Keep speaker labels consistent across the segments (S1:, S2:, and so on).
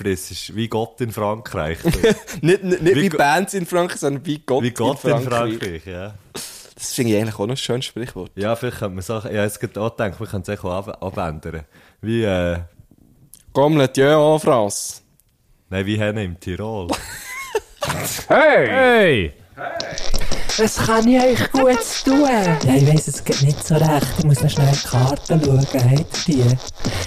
S1: frissest, wie Gott in Frankreich.
S2: Nicht, nicht, nicht
S1: Wie
S2: wie,
S1: Go-
S2: Bands in Frankreich, sondern wie Gott,
S1: wie Gott
S2: in, Frankreich.
S1: ja.
S2: Das finde ich eigentlich auch noch ein schönes Sprichwort.
S1: Ja, vielleicht könnte man sagen, ich habe jetzt gerade auch gedacht, wir können es echt auch ab- abändern. Wie, äh,
S2: Comme le Dieu en France.
S1: nein, wie Henne im Tirol.
S3: Hey!
S4: Was kann ich euch Gutes tun?
S5: Ja, ich weiss, es geht nicht so recht. Ich muss noch schnell die Karten schauen. Habt ihr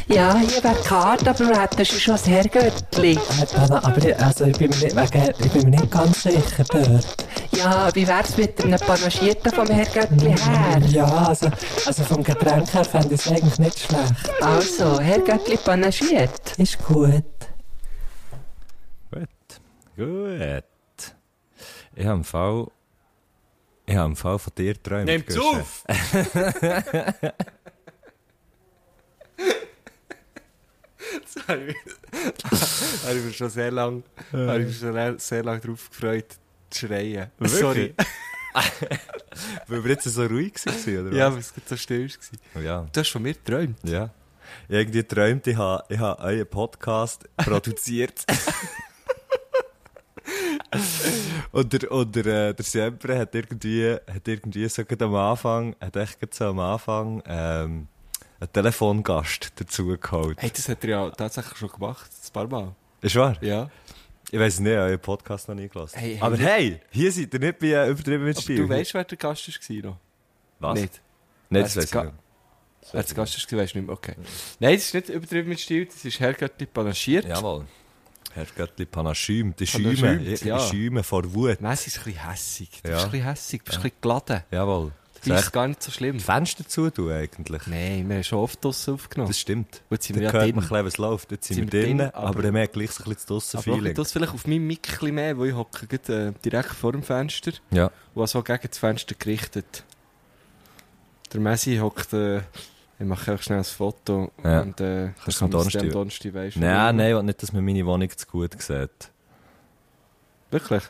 S5: die?
S4: Ja, hier wäre die Karte, aber wir hätten schon das Herrgöttli.
S5: Äh, aber aber ich- also, ich, bin mir nicht, wegen, ich bin mir nicht ganz sicher dort.
S4: Ja, wie wär's mit einem Panagierten vom Herrgöttli her?
S5: Ja, also, also vom Getränk her fände ich es eigentlich nicht schlecht.
S4: Also, Herrgöttli panagiert.
S5: Ist gut.
S3: Gut. Gut. Ich habe im Fall.
S1: Ich habe im Fall von dir geträumt.
S6: Nehmt's
S1: Guschen.
S6: auf! das habe ich, da habe ich mich schon sehr lange, habe ich mich schon sehr, sehr lange darauf gefreut, zu schreien.
S1: Wirklich?
S6: Sorry.
S1: Weil wir jetzt so ruhig waren, oder
S6: Ja,
S1: was?
S6: weil es gerade so still war.
S1: ja.
S6: Du hast von mir geträumt.
S1: Ja. Ich hab Irgendwie träumt, ich habe, ich habe euren Podcast produziert. und der, und der, äh, der Sempre hat irgendwie, hat irgendwie so gerade am Anfang, hat echt gerade so am Anfang, ähm, einen Telefongast dazugeholt.
S6: Hey, das hat er ja tatsächlich schon gemacht, ein paar Mal.
S1: Ist wahr?
S6: Ja.
S1: Ich weiß nicht, ich habe euren Podcast noch nie gelassen.
S6: Hey, hey,
S1: Aber hey, hier seid ihr nicht bei äh, übertrieben mit
S6: Aber
S1: Stil.
S6: du weißt, wer der Gast war noch?
S1: was?
S6: Nicht.
S1: Nein, das
S6: Wer
S1: weiß ich
S6: das
S1: nicht.
S6: Wer der Gast war, weisst du nicht mehr. Okay. Nein, das ist nicht übertrieben mit Stil, das ist Herrgöttli panaschiert.
S1: Jawohl. Herr Göttli Panaschüm, die
S6: Panaschümt,
S1: Schäume, ich
S6: ja.
S1: ja. schäume vor Wut.
S6: Nein, es ist ein bisschen hässig. Du
S1: Ja.
S6: bist ein bisschen hässig, du bist ein bisschen geladen.
S1: Jawohl.
S6: Das ist gar nicht so schlimm.
S1: die Fenster zu tun eigentlich.
S6: Nein, wir haben schon oft draussen aufgenommen.
S1: Das stimmt.
S6: Jetzt sind wir
S1: Dann
S6: ja
S1: hört
S6: drin.
S1: man ein bisschen, was läuft. Jetzt sind, wir drin, aber dann merkt man gleich so ein bisschen das
S6: aber auch
S1: Feeling.
S6: das vielleicht auf meinem Mic ein bisschen mehr, weil ich hocke gerade, äh, direkt vor dem Fenster
S1: Ja.
S6: und so gegen das Fenster gerichtet. Der Messi hockt, äh, ich mache einfach schnell ein Foto
S1: Ja.
S6: und äh, dann
S1: Kannst du
S6: kann
S1: am
S6: man es
S1: Donnerstag-
S6: dann am Donnerstag weisst du,
S1: Nein,
S6: wie-
S1: nein, ich will nicht, dass man meine Wohnung zu gut sieht.
S6: Wirklich?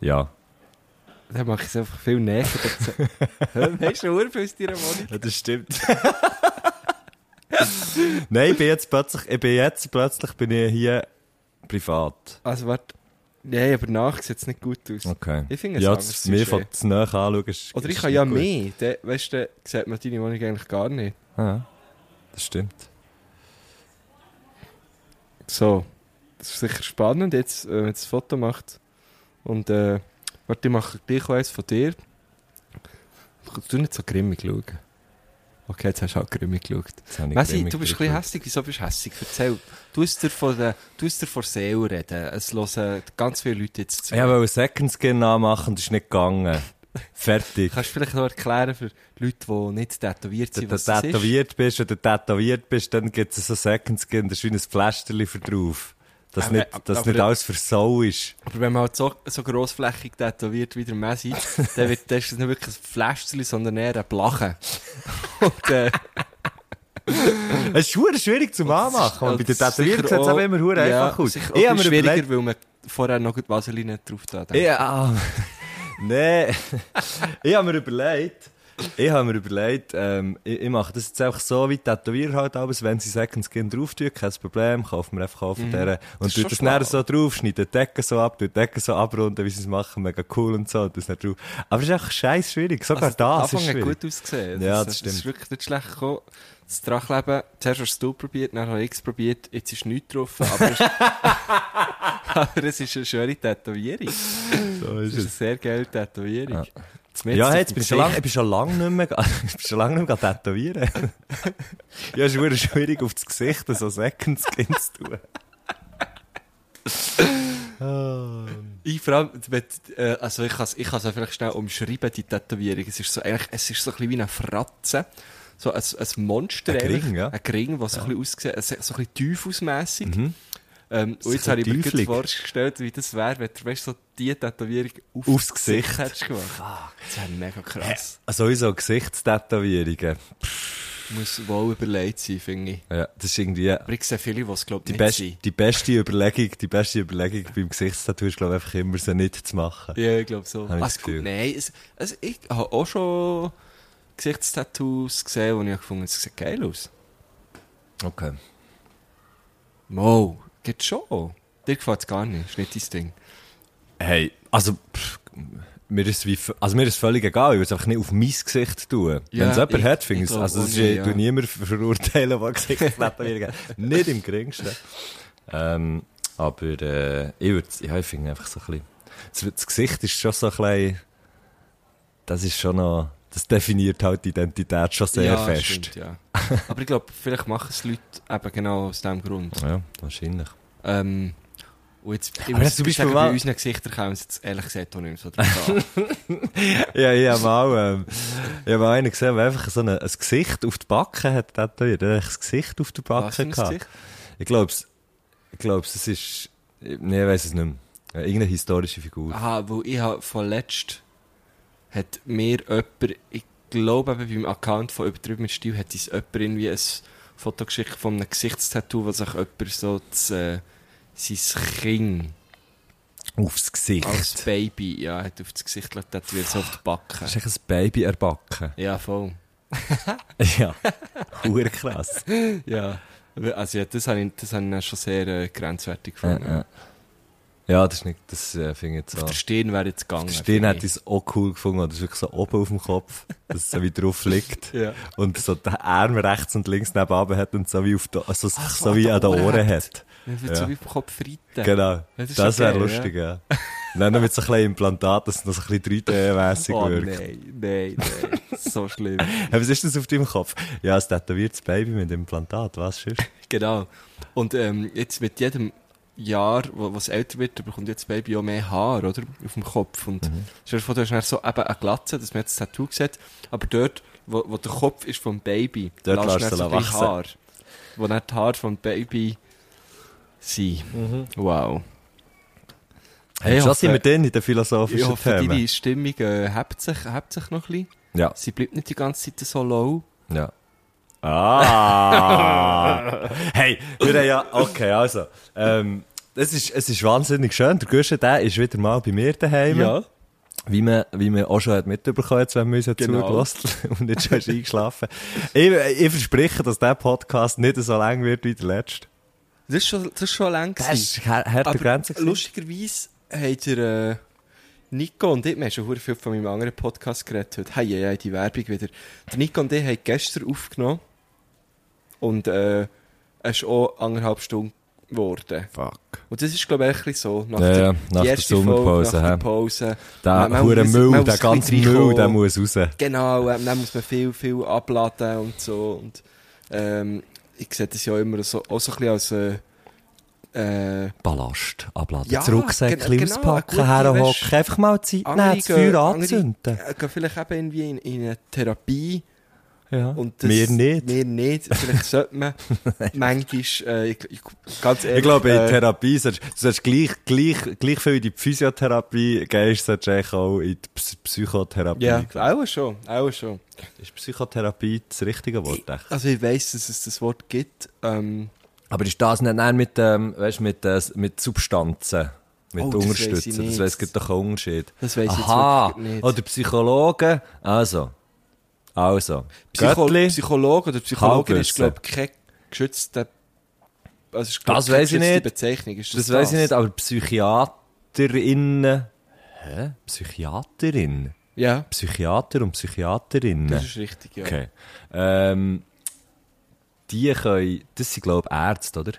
S1: Ja.
S6: Dann mache ich es einfach viel näher. Weißt du, Uhr aus deiner Wohnung?
S1: das stimmt. nein, ich bin jetzt plötzlich, ich bin jetzt plötzlich bin ich hier privat.
S6: Also warte, nein, aber nach sieht es nicht gut aus.
S1: Okay.
S6: Ich finde es
S1: Ja,
S6: anders,
S1: das,
S6: es
S1: mir
S6: ist
S1: von
S6: eh-
S1: zu nah anschauen ist
S6: Oder ich
S1: ist
S6: kann ja
S1: nicht gut.
S6: mehr, dann, weißt du, dann sieht man deine Wohnung eigentlich gar nicht.
S1: Ja, Ah, das stimmt.
S6: So, das ist sicher spannend, jetzt, äh, wenn man jetzt ein Foto macht. Und äh, warte, ich mache gleich auch eins von dir. Du nicht so grimmig schauen. Okay, jetzt hast du auch grimmig geschaut.
S1: Jetzt habe ich
S6: Messi,
S1: grimmig
S6: du bist ein bisschen
S1: geschaut.
S6: hässig. Wieso bist du hässig? Erzähl. Du hast dir von der, du hast dir von der Seele reden. Es hören ganz viele Leute jetzt zu.
S1: Ich wollte Second Skin anmachen, das ist nicht gegangen. Fertig.
S6: Kannst du vielleicht noch erklären für Leute, die nicht tätowiert sind,
S1: Wenn du
S6: was das ist?
S1: tätowiert bist, wenn du tätowiert bist, dann gibt es so Second Skin, da ist wie ein Pflästerchen für drauf. Dass
S6: Aber- äh,
S1: nicht, dass
S6: aber-
S1: nicht alles für Sau ist.
S6: Aber wenn man halt so, so grossflächig tätowiert wie der Messi, dann, wird, dann ist das nicht wirklich ein Fläschchen, sondern eher ein Blachen. Und, äh,
S1: Es ist verdammt schwierig zum Anmachen. Und bei den Tätowierten sieht es
S6: auch
S1: aber immer hure einfach aus.
S6: Ich
S1: Ich
S6: habe
S1: habe
S6: mir
S1: mir
S6: schwieriger,
S1: überlegt...
S6: weil man vorher noch die Vaseline drauf da hat.
S1: Ja. Nein. ich habe mir überlegt... Ich habe mir überlegt, ähm, ich, ich mache das jetzt einfach so, wie die Tätowierer halt alles, wenn sie Second Skin drauf tun, kein Problem, kaufen wir einfach auf mhm. der
S6: Das ist
S1: und tut
S6: schon
S1: das näher
S6: schlau.
S1: so drauf, schneiden die Decke so ab, tut die Decke so abrunden, wie sie es machen, mega cool und so, und das nicht drauf. Aber es ist einfach scheiß schwierig, sogar
S6: Also, der
S1: das
S6: Anfang
S1: ist
S6: hat
S1: schwierig.
S6: gut ausgesehen.
S1: Ja, das
S6: ist
S1: stimmt.
S6: wirklich nicht schlecht gekommen. Das Drachleben, zuerst hast du es probiert, dann habe ich es probiert, jetzt ist nichts drauf. Aber es, aber es ist eine schöne Tätowierung.
S1: So
S6: Es
S1: ist es.
S6: ist eine sehr geile Tätowierung. Zumindest
S1: Ja,
S6: auf
S1: hey, jetzt
S6: dem
S1: bin ich schon
S6: Gesicht.
S1: lange, ich bin schon lange nicht mehr, ge- ich bin schon lange nicht mehr ge- tätowieren. ja, es ist wirklich schwierig, auf das Gesicht so Second Skin zu tun. Ah.
S6: Ich vor allem, wenn, äh, also ich kann es ich kann's auch vielleicht schnell umschreiben, die Tätowierung. Es ist so, eigentlich, es ist so ein bisschen wie eine Fratze. So ein, ein Monster.
S1: Ein
S6: eigentlich.
S1: Ring, ja. Mhm.
S6: Ein Ring, der so ein bisschen aussieht, äh, so ein bisschen teufelmässig. Ähm,
S1: ein
S6: und jetzt habe ich mir
S1: bisschen
S6: gerade vorgestellt, wie das wäre, wenn du weißt, so die Tätowierung auf
S1: Aufs
S6: das
S1: Gesicht.
S6: hättest gemacht. Das wäre mega krass.
S1: Also, so Gesichtstätowierungen.
S6: Muss wohl überlegt sein, finde ich.
S1: Ja, das ist irgendwie
S6: Aber ich sehe viele, die es glaube ich
S1: die,
S6: nicht
S1: best,
S6: sind.
S1: die beste Überlegung, die beste Überlegung beim Gesichtstattoo ist, glaube ich, einfach immer, sie nicht zu machen.
S6: Ja, ich glaube so.
S1: Hab ich das
S6: Also,
S1: Gefühl.
S6: gut, nein, es, also ich habe auch schon Gesichtstattoos gesehen, wo ich gefunden habe, es sieht geil aus.
S1: Okay.
S6: Mo, Dir schon. Dir gefällt es gar nicht. Ist nicht dein Ding.
S1: Hey, also, pff, mir ist wie, v- also mir ist völlig egal, ich will es einfach nicht auf mein Gesicht tun.
S6: Ja,
S1: Wenn es jemand
S6: ich-
S1: hat, finde
S6: ich
S1: ich es,
S6: glaub
S1: also
S6: auch
S1: das ist,
S6: nicht,
S1: ich tu
S6: ja.
S1: niemand ver- verurteilen, der Gesichtsklappen mir gibt. Nicht im geringsten. Ähm, aber, äh, ich würde, ja, ich finde einfach so ein bisschen, das, das Gesicht ist schon so ein bisschen, das ist schon noch, das definiert halt die Identität schon sehr
S6: ja,
S1: fest.
S6: Stimmt, ja. Aber ich glaube, vielleicht machen es Leute eben genau aus diesem Grund.
S1: Ja, wahrscheinlich.
S6: Ähm, und jetzt, ich
S1: Aber
S6: muss
S1: zum
S6: sagen,
S1: Beispiel
S6: bei
S1: mal-
S6: unseren Gesichtern kommen es jetzt ehrlich gesagt auch nicht mehr so drauf an.
S1: Ja, ich habe mal, ähm, ich hab mal einen gesehen, der einfach so ein, ein Gesicht auf die Backe hat tätowiert. Er hat ein Gesicht auf die
S6: Was
S1: Backe
S6: für ein
S1: gehabt.
S6: Gesicht?
S1: Ich glaube, ich glaub's, es ist, nee, ich weiß es nicht mehr. Ja, Irgendeine historische Figur.
S6: Aha, weil ich habe vorletzt hat mir jemand, ich glaube eben beim Account von übertrieben mit Stil, hat uns jemand irgendwie ein Foto geschickt von einem Gesichtstattoo, was sich jemand so das, äh, sein Kind
S1: Aufs Gesicht.
S6: als Baby ja, hat auf das Gesicht tätowiert, so auf die Backe.
S1: Das ist echt ein Baby erbacken.
S6: Ja, voll.
S1: Ja. Hure krass.
S6: Ja. Also ja, das habe ich, das habe ich dann schon sehr äh, grenzwertig
S1: Äh,
S6: gefunden.
S1: äh. Ja, das ist nicht, das äh, finde ich jetzt
S6: Auf
S1: so.
S6: der Stirn wäre jetzt gegangen.
S1: Die Stirn hätte
S6: finde
S1: ich es auch cool gefunden, oder? Das ist wirklich so oben auf dem Kopf, dass es so wie drauf liegt.
S6: Ja.
S1: Und so den Arm rechts und links nebenan hat und so wie, auf die, also
S6: Ach,
S1: so wie an den Ohren hat.
S6: ich. Wenn wir so
S1: Ja.
S6: wie vom Kopf reiten.
S1: Genau.
S6: Das
S1: Das,
S6: ist schon
S1: wäre
S6: geil,
S1: lustig, ja. Und dann noch mit so ein bisschen Implantat, dass es noch so ein bisschen 3D-mässig
S6: Oh
S1: wirkt.
S6: nein, nein, nein. so schlimm.
S1: Hey, was ist das auf deinem Kopf? Ja, ein tätowiertes Baby mit Implantat, was ist?
S6: Genau. Und ähm, jetzt mit jedem Jahr, wo wo es älter wird, bekommt jetzt das Baby auch mehr Haar, oder? Auf dem Kopf. Und
S1: Mhm.
S6: stell dir vor, du hast dann so eben eine Glatze, dass man jetzt das Tattoo sieht, aber dort, wo, wo der Kopf ist vom Baby,
S1: Dort
S6: du
S1: lässt
S6: dann
S1: du
S6: so
S1: ihn
S6: ein bisschen
S1: wachsen.
S6: Haar. Wo dann die Haare vom Baby sind.
S1: Mhm.
S6: Wow.
S1: Hey,
S6: ich
S1: was sind wir
S6: hoffe,
S1: denn in den
S6: ich
S1: philosophischen
S6: hoffe
S1: Themen?
S6: deine Stimmung äh, hebt, sich, hebt sich noch ein bisschen.
S1: Ja,
S6: Sie bleibt nicht die ganze Zeit so low.
S1: ja. Ah! hey, wir haben ja, okay, also. Ähm, es, ist, es ist wahnsinnig schön. Der Guschen, der ist wieder mal bei mir daheim. Wie man, wie man auch schon hat mitbekommen hat, wenn man uns hat
S6: Genau.
S1: zugelassen und nicht schon ist eingeschlafen. Ich, ich verspreche, dass der Podcast nicht so lang wird wie der letzte.
S6: Das ist schon, das ist schon lang. gewesen.
S1: Das war eine harte
S6: Aber
S1: Grenze. gewesen.
S6: lustigerweise hat der äh, Nico und ich, wir haben schon verdammt viel von meinem anderen Podcast geredet heute. Hey, hey, hey, die Werbung wieder. Der Nico und ich haben gestern aufgenommen und äh, es ist auch anderthalb Stunden geworden.
S1: Fuck.
S6: Und das ist, glaube ich, ein bisschen so. Nach
S1: Ja,
S6: der,
S1: ja, nach
S6: die
S1: der
S6: erste
S1: Sommerpause,
S6: Folge, nach der
S1: hä?
S6: Pause.
S1: Der
S6: Man- man
S1: hure
S6: muss-
S1: Müll,
S6: man
S1: der
S6: muss ein
S1: ganze
S6: bisschen
S1: Müll, der
S6: reinkommen.
S1: muss raus.
S6: Genau, ähm, dann muss man viel, viel abladen und so. Und, ähm, ich sehe das ja immer so, auch so ein bisschen als... Äh, äh,
S1: Ballast abladen,
S6: Ja,
S1: das Rucksäckchen
S6: genau,
S1: auspacken,
S6: eine gute, weißt
S1: herhocken, einfach mal Zeit nehmen, das
S6: gehen-
S1: Feuer anzünden.
S6: Andere, äh, gehen vielleicht eben irgendwie in, in eine Therapie.
S1: Ja.
S6: Und das,
S1: Wir nicht.
S6: Wir nicht. Vielleicht sollte man manchmal, äh, ich, ich, ganz ehrlich,
S1: Ich glaube, in
S6: äh,
S1: Therapie, sollst, du solltest gleich, gleich, gleich viel in die Physiotherapie gehst, solltest du eigentlich auch in die Ps- Psychotherapie
S6: ja,
S1: gehen.
S6: auch schon, auch schon.
S1: Ist Psychotherapie das richtige Wort? echt?
S6: Also ich weiss, dass es das Wort gibt. Ähm,
S1: Aber ist das nicht nein, mit, ähm, weißt, mit, äh, mit Substanzen? Mit
S6: Oh, das weiss ich
S1: Unterstützen?
S6: nicht.
S1: Das weiss, es gibt doch einen Unterschied.
S6: Das weiss ich jetzt
S1: Aha.
S6: wirklich nicht.
S1: Oder Psychologen? Also. Also.
S6: Psycho
S1: Göttli?
S6: Psychologe oder Psychologin ist,
S1: Kaltwissen.
S6: glaube ich, keine geschützte, also ist,
S1: Das
S6: keine
S1: weiss ich
S6: geschützte
S1: nicht.
S6: Bezeichnung. Ist das
S1: das weiss ich
S6: das?
S1: nicht, aber PsychiaterInnen. Hä? Psychiaterin?
S6: Ja,
S1: Psychiater und Psychiaterinnen.
S6: das ist richtig, ja.
S1: Okay. Ähm, die können, das sind glaube ich Ärzte, oder?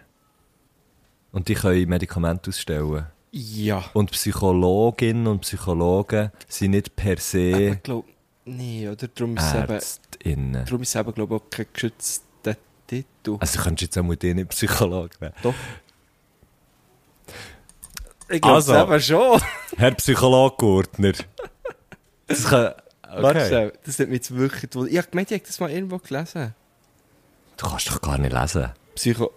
S1: Und die können Medikamente ausstellen.
S6: Ja.
S1: Und Psychologinnen und Psychologen sind nicht per
S6: Aber
S1: se
S6: ich glaube, nee, oder? Darum ist es eben,
S1: Ärztinnen.
S6: darum ist es eben, glaube ich, auch kein geschützter Titel.
S1: Also könntest du jetzt auch mal die nicht Psychologe nennen.
S6: Doch. Ich
S1: glaub, Also. das eben
S6: schon.
S1: Herr Psychologgurtner. Das kann...
S6: Warte
S1: Okay.
S6: schnell, das hat mich jetzt wirklich... gewundert. Ich hab gemeint, ich hätte das mal irgendwo gelesen.
S1: Du kannst doch gar nicht lesen.
S6: Psycho...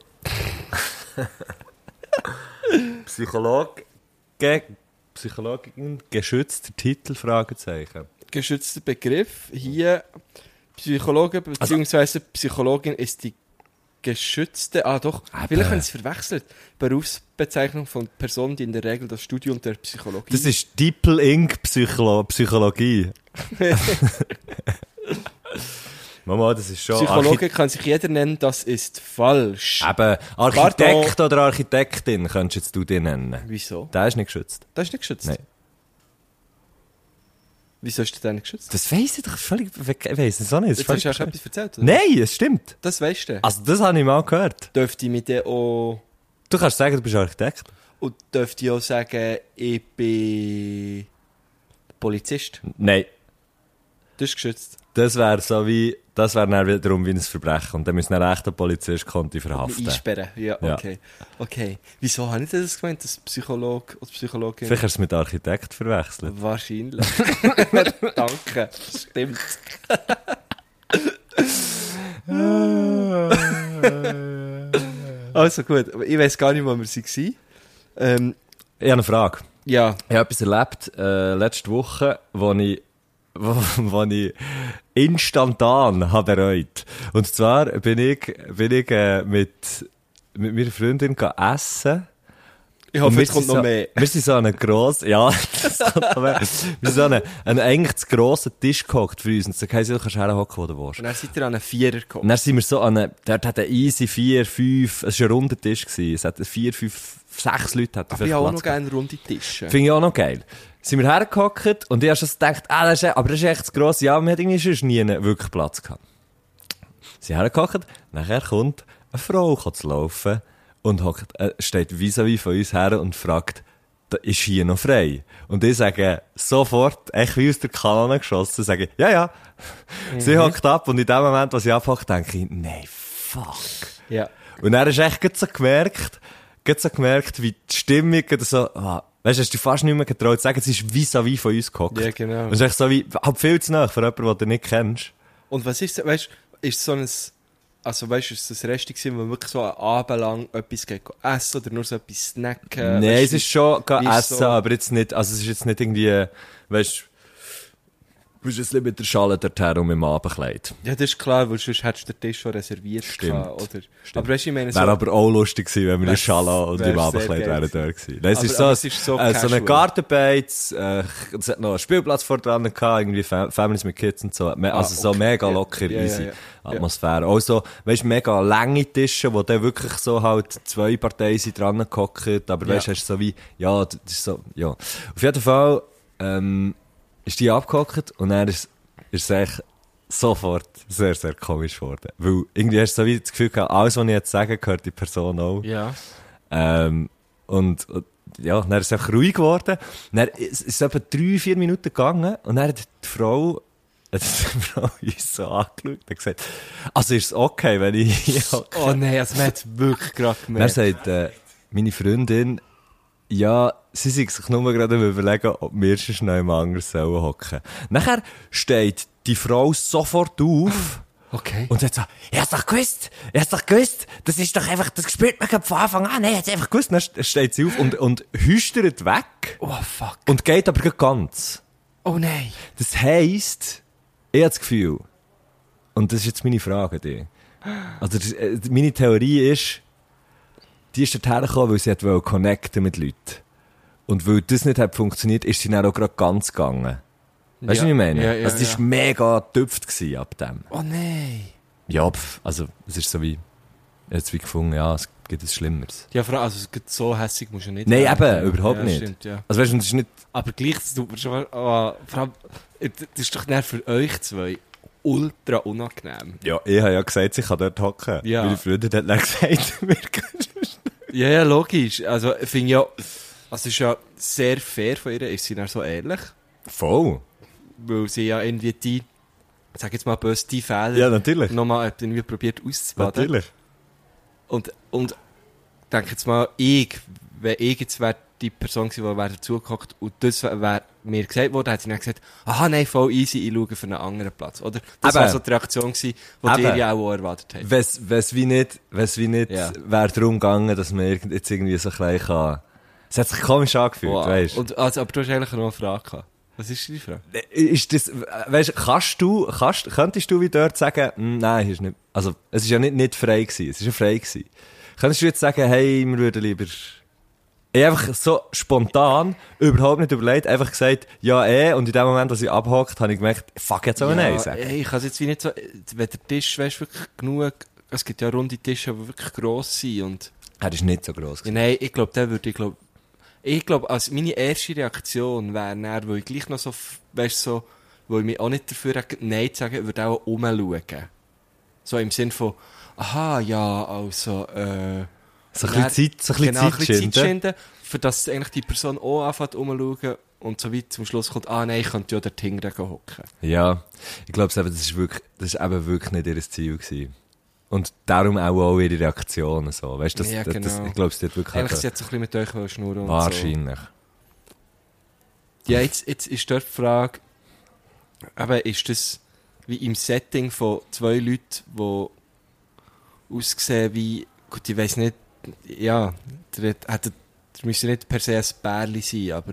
S1: Psychologe... Psychologin geschützter Titel? Fragezeichen.
S6: Geschützter Begriff. Hier, Psychologe
S1: Also-
S6: bzw. Psychologin ist die geschützte... Ah doch,
S1: Eben.
S6: vielleicht haben sie es verwechselt. Berufsbezeichnung von Personen, die in der Regel das Studium der Psychologie...
S1: Das ist Dippel Inc. Psycholo Psychologie. Mama, das ist schon...
S6: Psychologe kann sich jeder nennen, das ist falsch.
S1: Eben, Architekt oder Architektin könntest jetzt du den nennen.
S6: Wieso?
S1: Der ist nicht geschützt.
S6: Das ist nicht geschützt.
S1: Nein.
S6: Wieso ist das denn nicht geschützt?
S1: Das weiss ich doch völlig... Ich weiss es auch nicht.
S6: Jetzt
S1: Ist völlig
S6: hast du auch
S1: bescheuert.
S6: etwas erzählt, oder?
S1: Nein, es stimmt.
S6: Das weißt du.
S1: Also das habe ich mal gehört.
S6: Dürfte ich mit dir auch...
S1: Du kannst sagen, du bist Architekt.
S6: Und dürfte ich auch sagen, ich bin... Polizist.
S1: Nein,
S6: Das ist geschützt.
S1: das wäre so wie... Das wäre dann wiederum wie ein Verbrechen. Und dann müsste ein echter Polizist Konti
S6: Haften.
S1: verhaften.
S6: Einsperren. Ja,
S1: Ja.
S6: okay. Okay. Wieso habe ich das gemeint, dass Psychologe oder Psychologin...
S1: Vielleicht hast du es mit Architekt verwechselt.
S6: Wahrscheinlich. Danke. Stimmt. also gut, aber ich weiß gar nicht, wo wir waren. Ähm,
S1: Ich habe eine Frage.
S6: ja,
S1: Ich habe etwas erlebt äh, letzte Woche, wo ich, wo, wo ich instantan habe bereut. Und zwar bin ich, bin ich äh, mit, mit meiner Freundin gegangen essen.
S6: ich
S1: Und
S6: hoffe,
S1: wir
S6: es kommt
S1: sind so,
S6: noch mehr.
S1: Wir sind so an einem grossen, ja, das kommt noch mehr. wir sind so an einem, an einem eigentlich zu grossen Tisch gehockt für uns. Und so, okay, du kannst herhocken, wo du willst.
S6: Und dann seid ihr an einen Vierer
S1: Und
S6: gekommen.
S1: dann sind wir so an einem, dort hat ein easy vier, fünf, es war ein runder Tisch gewesen. Es hat vier, fünf, sechs Leute hatten
S6: Aber ich habe auch noch gerne runde Tische.
S1: Finde ich auch noch geil. Sind wir hergehockt und ich habe schon gedacht, ah, das ist, e- aber das ist echt das grosse Ja, man hat irgendwie sonst nie wirklich Platz gehabt. Sind hergehockt, nachher kommt eine Frau kommt zu laufen und hockt, äh, steht vis-à-vis von uns her und fragt, da ist hier noch frei? Und ich sage sofort, echt wie aus der Kanone geschossen, sage ich, ja, ja. Sie hockt ab und in dem Moment, was ich abhocke, denke ich, nein, fuck.
S6: Ja.
S1: Und dann hast du echt gerade so gemerkt, gerade so gemerkt, wie die Stimmung oder so, ah, weißt du, hast du fast nicht mehr getraut zu sagen, es ist vis-à-vis von uns gehockt.
S6: Ja, genau.
S1: Und es ist echt so wie, halt viel zu nah für jemanden, den du nicht kennst.
S6: Und was ist, weißt du, ist so ein, also weißt du, ist das Reste gewesen, wo man wirklich so einen Abend lang etwas geht essen oder nur so etwas snacken?
S1: Nein,
S6: Weisst
S1: es
S6: du,
S1: ist schon gegangen
S6: ist
S1: essen,
S6: so-
S1: aber jetzt nicht, also es ist jetzt nicht irgendwie, weißt du, bist jetzt nicht mit der Schale dorthin und mit dem Abendkleid.
S6: Ja, das ist klar, weil sonst hättest du den Tisch schon reserviert.
S1: Stimmt.
S6: gehabt, oder? Aber weißt du, ich meine, so,
S1: Wäre aber auch lustig gewesen, wenn wir eine
S6: Wär's-
S1: Schale und
S6: wär's
S1: im
S6: sehr
S1: Abendkleid
S6: geil
S1: wären
S6: gewesen.
S1: dort gewesen. Nein, es
S6: Aber-
S1: ist so,
S6: aber
S1: ein-
S6: es ist
S1: äh,
S6: so
S1: so eine
S6: casual.
S1: Gartenbeiz, äh, es hat noch einen Spielplatz vor dran gehabt, irgendwie Fa- Families mit Kids und so. Me- Also so
S6: Ah, okay.
S1: mega
S6: Ja.
S1: locker,
S6: Ja, ja,
S1: easy
S6: ja.
S1: Atmosphäre. Auch so, weißt du, mega lange Tische, wo dann wirklich so halt zwei Parteien sind dran gehockt, aber weißt du, hast so wie, ja, das ist so, ja. Auf jeden Fall, ähm, ist die abgehockt und dann ist, ist es echt sofort sehr, sehr komisch geworden. Weil irgendwie hast du so wie das Gefühl gehabt, alles, was ich jetzt sage, gehört die Person auch.
S6: ja.
S1: Ähm, und, und ja, dann ist es einfach ruhig geworden. Dann ist es etwa drei, vier Minuten gegangen und dann hat die Frau, hat die Frau uns so angeschaut und gesagt, also ist es okay, wenn ich hier hocke?
S6: Oh nein, also man hat es wirklich gerade
S1: Dann
S6: gemerkt.
S1: sagt äh, meine Freundin, ja, sie sei sich nur gerade am überlegen, ob wir sonst noch im anderen sollen hocken. Nachher steht die Frau sofort auf
S6: Okay.
S1: und sagt so, ich hab's doch gewusst, ich hab's doch gewusst, das ist doch einfach, das spürt man gerade von Anfang an, ich hab's einfach gewusst. Dann steht sie auf und, und hüstert weg
S6: Oh fuck.
S1: und geht aber gerade ganz.
S6: Oh nein.
S1: Das heisst, ich habe das Gefühl, und das ist jetzt meine Frage an dich. Also, das- äh, meine Theorie ist, die ist dorthin gekommen, weil sie hat wollte connecten mit Leuten. Und weil das nicht hat funktioniert, ist sie dann auch gerade ganz gegangen. Weißt du, was
S6: Ja.
S1: ich meine?
S6: Ja, ja,
S1: also, sie war
S6: ja.
S1: mega getüpft gewesen ab dem.
S6: Oh nein.
S1: Ja, pf, also, es ist so wie, jetzt wie gefunden, ja, es gibt etwas Schlimmeres.
S6: Ja, Frau, also es geht so hässig musst du nicht
S1: Nein,
S6: werden.
S1: eben, überhaupt
S6: ja,
S1: nicht.
S6: Stimmt, ja.
S1: Also, weißt du, es ist nicht,
S6: Aber gleich, das tut mir schon... Oh, Frau, das ist doch dann für euch zwei ultra unangenehm.
S1: ja, ich habe ja gesagt, sie kann dort hocken.
S6: Ja.
S1: Meine Freundin hat dann gesagt, wir können
S6: Ja, ja, logisch. Also, ich finde ja... Also, es ist ja sehr fair von ihr, ist sie dann so ehrlich.
S1: Voll.
S6: Weil sie ja irgendwie die... Sag jetzt mal böse, die Fehler...
S1: Ja, natürlich.
S6: nochmal irgendwie probiert auszubaden.
S1: Natürlich.
S6: Und, und denk jetzt mal, ich, wenn ich jetzt wär die Person gewesen, die wär dazugehockt und das wäre mir gesagt worden, hätte ich dann gesagt, aha, nein, voll easy, ich schaue für einen anderen Platz. Oder? Das
S1: Eben.
S6: war so die Reaktion, gewesen, die
S1: Eben.
S6: ihr ja auch erwartet habt.
S1: Wes, wes wie nicht, wes wie nicht,
S6: Ja.
S1: wäre darum gegangen, dass man irgend- jetzt irgendwie so klein kann. Es hat sich komisch angefühlt,
S6: Wow.
S1: weißt du?
S6: Und, also, aber du hast eigentlich noch eine Frage gehabt. Was ist die Frage?
S1: Ist das, weißt, kannst du, kannst, könntest du wie dort sagen, «Mm, nein, hier ist nicht, also, es ist ja nicht, nicht frei gewesen, es ist ja frei gewesen. Könntest du jetzt sagen, hey, wir würden lieber ich einfach so spontan, überhaupt nicht überlegt, einfach gesagt, ja eh, und in dem Moment, als ich abhockt, habe ich gemerkt, fuck, jetzt soll ich
S6: eh.
S1: Nein sagen.
S6: ey, ich kann jetzt wie nicht so, wenn der Tisch, weißt wirklich genug, es gibt ja runde Tische, die wirklich gross sind und,
S1: Er ist nicht so gross.
S6: ja, nein, ich glaube, der würde, ich glaube, ich glaube, als meine erste Reaktion wäre, dann, weil ich gleich noch so, f- weißt so, weil ich mich auch nicht dafür hätte, Nein zu sagen, würde auch umschauen. So im Sinn von, aha, ja, also, äh,
S1: So
S6: Dann-
S1: ein bisschen Zeit, so ein bisschen
S6: genau,
S1: Zeit
S6: ein bisschen Zeit
S1: schinden.
S6: schinden, für dass eigentlich die Person auch anfängt umzuschauen und so weit zum Schluss kommt, ah nein, ich könnte ja dort hinten hocken.
S1: Ja, ich glaube, das ist wirklich, das ist eben wirklich nicht ihr Ziel gewesen. Und darum auch, auch ihre Reaktionen so. Weißt du, das,
S6: Ja,
S1: das- das,
S6: genau.
S1: ich glaube, es hat wirklich
S6: Eigentlich,
S1: eben-
S6: sie hat so ein bisschen mit euch wollen schnurren und
S1: wahrscheinlich.
S6: So. Ja, jetzt, jetzt ist dort die Frage, aber ist das wie im Setting von zwei Leuten, die aussehen wie, gut, ich weiß nicht, ja, der hat- hat, der müsste nicht per se ein Bärli sein, aber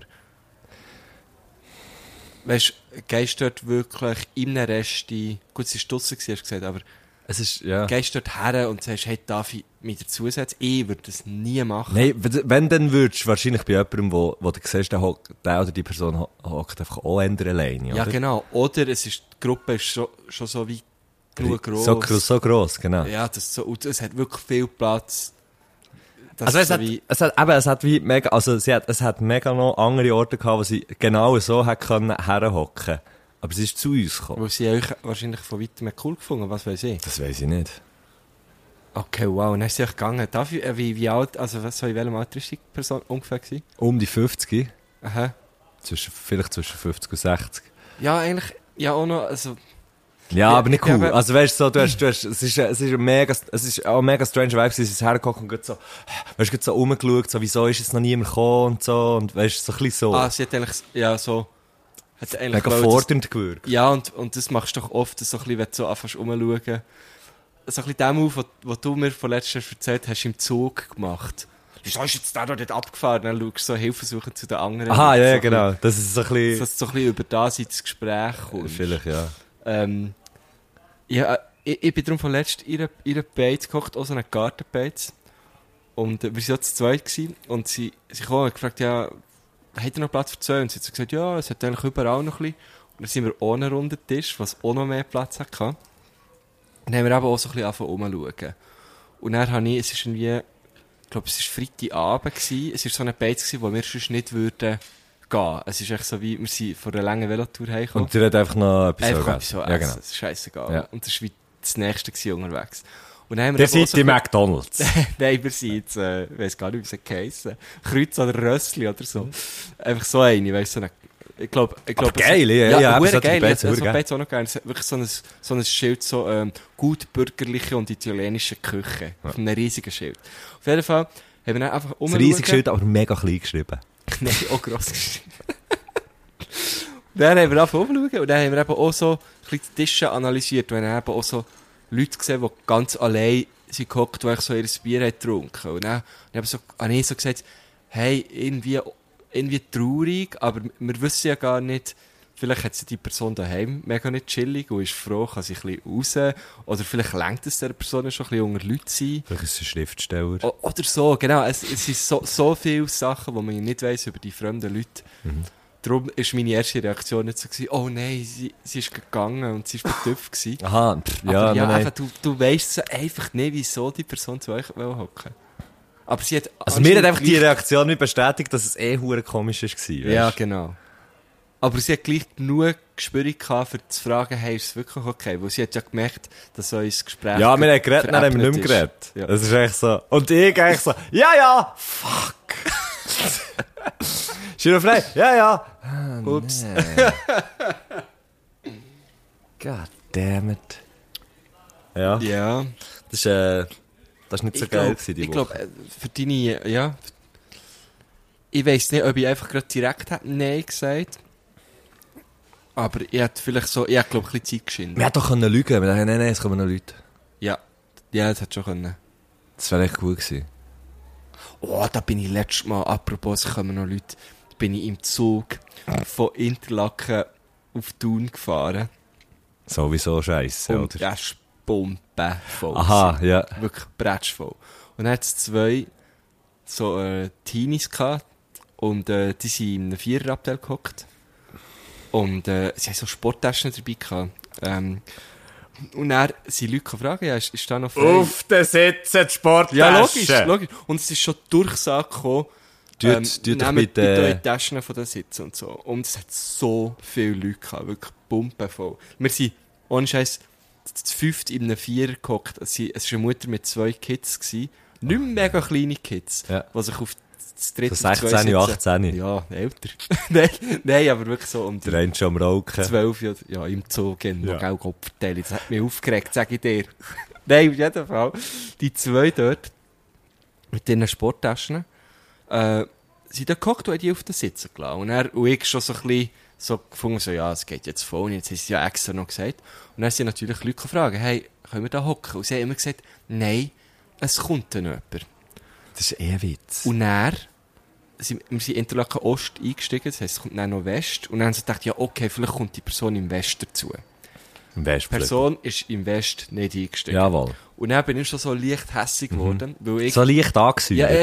S6: weißt du, gehst du dort wirklich in einem Rest, die- gut, es war draussen, gewesen, hast du gesagt, aber
S1: Es ist, ja.
S6: gehst dort her und sagst, hey, darf ich mich dazusetzen? Ich würde das nie machen.
S1: Nein, wenn- wenn dann würdest du wahrscheinlich bei jemandem, wo, wo du siehst, der, hock- der oder die Person ho- hockt einfach auch ändern alleine,
S6: ja,
S1: oder?
S6: genau. Oder es ist, die Gruppe ist schon, schon so wie genug groß.
S1: So, gro- so gross, genau.
S6: Ja, das ist so, und es hat wirklich viel Platz. Das
S1: Also
S6: ist
S1: es
S6: so
S1: hat,
S6: wie,
S1: es hat, eben, es hat wie mega, also sie hat, es hat mega noch andere Orte gehabt, wo sie genau so hat können herhocken. Aber sie ist zu uns gekommen.
S6: weil sie euch wahrscheinlich von weitem hat cool gefunden, was weiß ich.
S1: Das weiß ich nicht.
S6: Okay, wow, und dann ist sie euch gegangen. Darf ich, äh, wie, wie alt, also was, so in welchem Alter ist die Person ungefähr gewesen?
S1: Um die 50,
S6: Aha.
S1: zwischen, vielleicht zwischen 50 und 60.
S6: Ja, eigentlich, ja auch noch, also,
S1: Ja,
S6: Ja,
S1: aber nicht
S6: ja,
S1: cool.
S6: aber-
S1: also weißt du, so, du hast, du hast, es ist, es ist ein mega, es ist auch ein mega strange Vibe, gewesen. sie ist hergekommen und gerade so, weißt du, gerade so rumgeschaut, so, wieso ist jetzt noch niemand gekommen und so, und weißt du, so ein bisschen so.
S6: ah, sie hat eigentlich, ja, so, hat eigentlich
S1: mega
S6: wollen, dass-
S1: fordernd gewirkt.
S6: Ja, und, und das machst du doch oft, dass so ein bisschen, wenn du so anfängst rumzuschauen. So ein bisschen dem auf, was, was du mir von letzter erzählt hast, im Zug gemacht. Wieso ist jetzt der da nicht abgefahren? Dann schaust du so Hilfe suchen zu den anderen.
S1: Aha, ja,
S6: So
S1: ja,
S6: ein
S1: genau. Das ist so ein
S6: bisschen-
S1: bisschen,
S6: Dass du so ein bisschen über das ins Gespräch kommst.
S1: vielleicht, ja.
S6: Ähm, ja, äh, ich, ich bin darum von letztem ihre, ihre Beiz gekocht, auch so eine Gartenbeiz. Und äh, wir waren ja zu zweit gewesen, und sie, sie kam und gefragt, ja, hat er noch Platz für zwei? Und sie hat so gesagt, ja, es hat eigentlich überall noch ein bisschen. Und dann sind wir ohne runden Tisch, was auch noch mehr Platz hatte. Und dann haben wir aber auch so ein bisschen angefangen rumzuschauen. Und dann habe ich, es ist irgendwie, ich glaube, es war Freitagabend, gewesen. es war so eine Beiz, gewesen, wo wir sonst nicht würden gehen. Es ist echt so wie, wir sind von einer langen Velotour heimgekommen.
S1: Und sie hat einfach noch etwas
S6: Einfach
S1: gegessen.
S6: so essen.
S1: Ja, genau.
S6: Das ist scheißegal.
S1: Ja.
S6: Und das war wie das nächste gewesen unterwegs. Und dann haben wir
S1: Der
S6: eben auch
S1: seid
S6: so-
S1: die McDonalds.
S6: Nein, wir sind jetzt, äh, ich weiß gar nicht, wie sie geheissen. Kreuz oder Rössli oder so. Einfach so eine, weißt du, so eine, ich glaube, ich glaube.
S1: Aber geil, ja, ja, eben
S6: hure
S1: solche
S6: geil.
S1: Beizen,
S6: Also,
S1: hure geil.
S6: Beizen auch noch geil. Es hat wirklich so ein, so ein Schild, so, ähm, gut bürgerliche und italienische Küche. Auf einem riesigen Schild. Auf jeden Fall haben wir dann einfach
S1: Ein
S6: umgeschaut.
S1: riesiges Schild, aber mega klein geschrieben.
S6: Nein, auch gross geschrieben. dann haben wir angefangen rumzuschauen und dann haben wir eben auch so ein bisschen die Tische analysiert. Und dann haben wir auch so Leute gesehen, die ganz allein sind gehockt, die eigentlich so ihr Bier haben getrunken Und dann, dann habe ich so, habe ich so gesagt, hey, irgendwie, irgendwie traurig, aber wir wissen ja gar nicht, vielleicht hat sie die Person daheim mega nicht chillig und ist froh, kann sich ein bisschen raus. Oder vielleicht lenkt es der Person schon ein bisschen unter Leute sein.
S1: Vielleicht ist es ein Schriftsteller.
S6: O oder so, genau. Es, es sind so, so viele Sachen, die man ja nicht weiß über die fremden Leute.
S1: Mhm.
S6: Darum war meine erste Reaktion nicht so, gewesen, oh nein, sie, sie ist gegangen und sie war betüpft. gewesen.
S1: Aha, pff,
S6: Aber
S1: ja,
S6: ja,
S1: nein,
S6: einfach,
S1: nein.
S6: du, du weißt so einfach nicht, wieso die Person zu euch hocken Aber sie hat.
S1: Also mir hat
S6: anscheinend
S1: einfach die
S6: gleich-
S1: Reaktion nicht bestätigt, dass es eh hure komisch ist gewesen, weißt?
S6: Ja, genau. Aber sie hat gleich genug Gespür gehabt, für zu fragen, hey, ist es wirklich okay? Weil sie hat ja gemerkt, dass euer Gespräch.
S1: Ja, wir haben geredet, dann haben wir
S6: veräppelt
S1: nicht mehr
S6: ist.
S1: geredet.
S6: Ja.
S1: Das ist echt so. Und ich eigentlich so, ja, ja, fuck. Schiro frei, ja, ja.
S6: Ups.
S1: God damn it. Ja,
S6: Ja.
S1: das ist, äh, das ist nicht so
S6: glaub-
S1: geil gewesen, die
S6: Ich
S1: Woche.
S6: glaube, für deine, ja. Ich weiß nicht, ob ich einfach gerade direkt hätte Nein gesagt Aber ich hätte vielleicht so, ich hätte, glaube ich, ein bisschen Zeit
S1: Wir
S6: geschinden.
S1: hätten doch können lügen können. Wir dachten, nein, nein, es kommen noch Leute.
S6: Ja. Ja, das hätte schon können.
S1: Das wäre echt cool gewesen.
S6: Oh, da bin ich letztes Mal, apropos, es kommen noch Leute, da bin ich im Zug von Interlaken auf Thun gefahren.
S1: Sowieso scheiße,
S6: Und
S1: oder?
S6: das ist Pumpe voll.
S1: Aha, ja.
S6: Wirklich bretschvoll. Und dann hat es zwei so äh, Teenies gehabt und äh, die sind in einem Viererabteil gehockt. Und äh, sie haben so Sporttaschen dabei gehabt. Ähm, und dann sind Leute gefragt, ja, ist, ist da noch frei?
S7: Auf den Sitzen, die Sporttasche.
S6: Ja, logisch, logisch. Und es ist schon die Durchsage gekommen, Ähm,
S1: Tut- tut äh, doch
S6: nehmt
S1: bitte-
S6: eure Taschen von den Sitzen und so. Und es hat so viele Leute gehabt, wirklich pumpenvoll. Wir sind, ohne Scheiß, zu zu fünft in einem Vierer gehockt. Es war es war eine Mutter mit zwei Kids. Gewesen. Nicht mehr mega kleine Kids,
S1: Ja.
S6: die sich auf das dritte
S1: So
S6: auf zwei
S1: 16,
S6: sitzen.
S1: 18.
S6: Ja, älter. nein, nein, aber wirklich so um die
S1: Der eine schon am Rauchen.
S6: 12 Jahre, ja, im Zoo gehen,
S1: Ja.
S6: ja. auch Kopf verteilen. Das hat mich aufgeregt, sage ich dir. Nein, auf jeden Fall. Die zwei dort, mit diesen Sporttaschen, äh, sind da gehockt und haben die auf den Sitzen gelassen. Und er und ich schon so ein bisschen so gefunden, so, ja, es geht jetzt voll, jetzt haben sie ja extra noch gesagt. Und dann sind natürlich Leute gefragt, hey, können wir da hocken? Und sie haben immer gesagt, nein, es kommt dann jemand.
S1: Das ist eh Witz.
S6: Und dann sind wir sind in Interlaken Ost eingestiegen, das heisst, es kommt dann noch West. Und dann haben sie gedacht, ja, okay, vielleicht kommt die Person im West dazu.
S1: Im Westflügel.
S6: Person ist im West nicht eingestiegen.
S1: Jawohl.
S6: Und dann bin ich schon so leicht hässig geworden, weil ich...
S1: Mhm. So leicht
S6: ja, eh.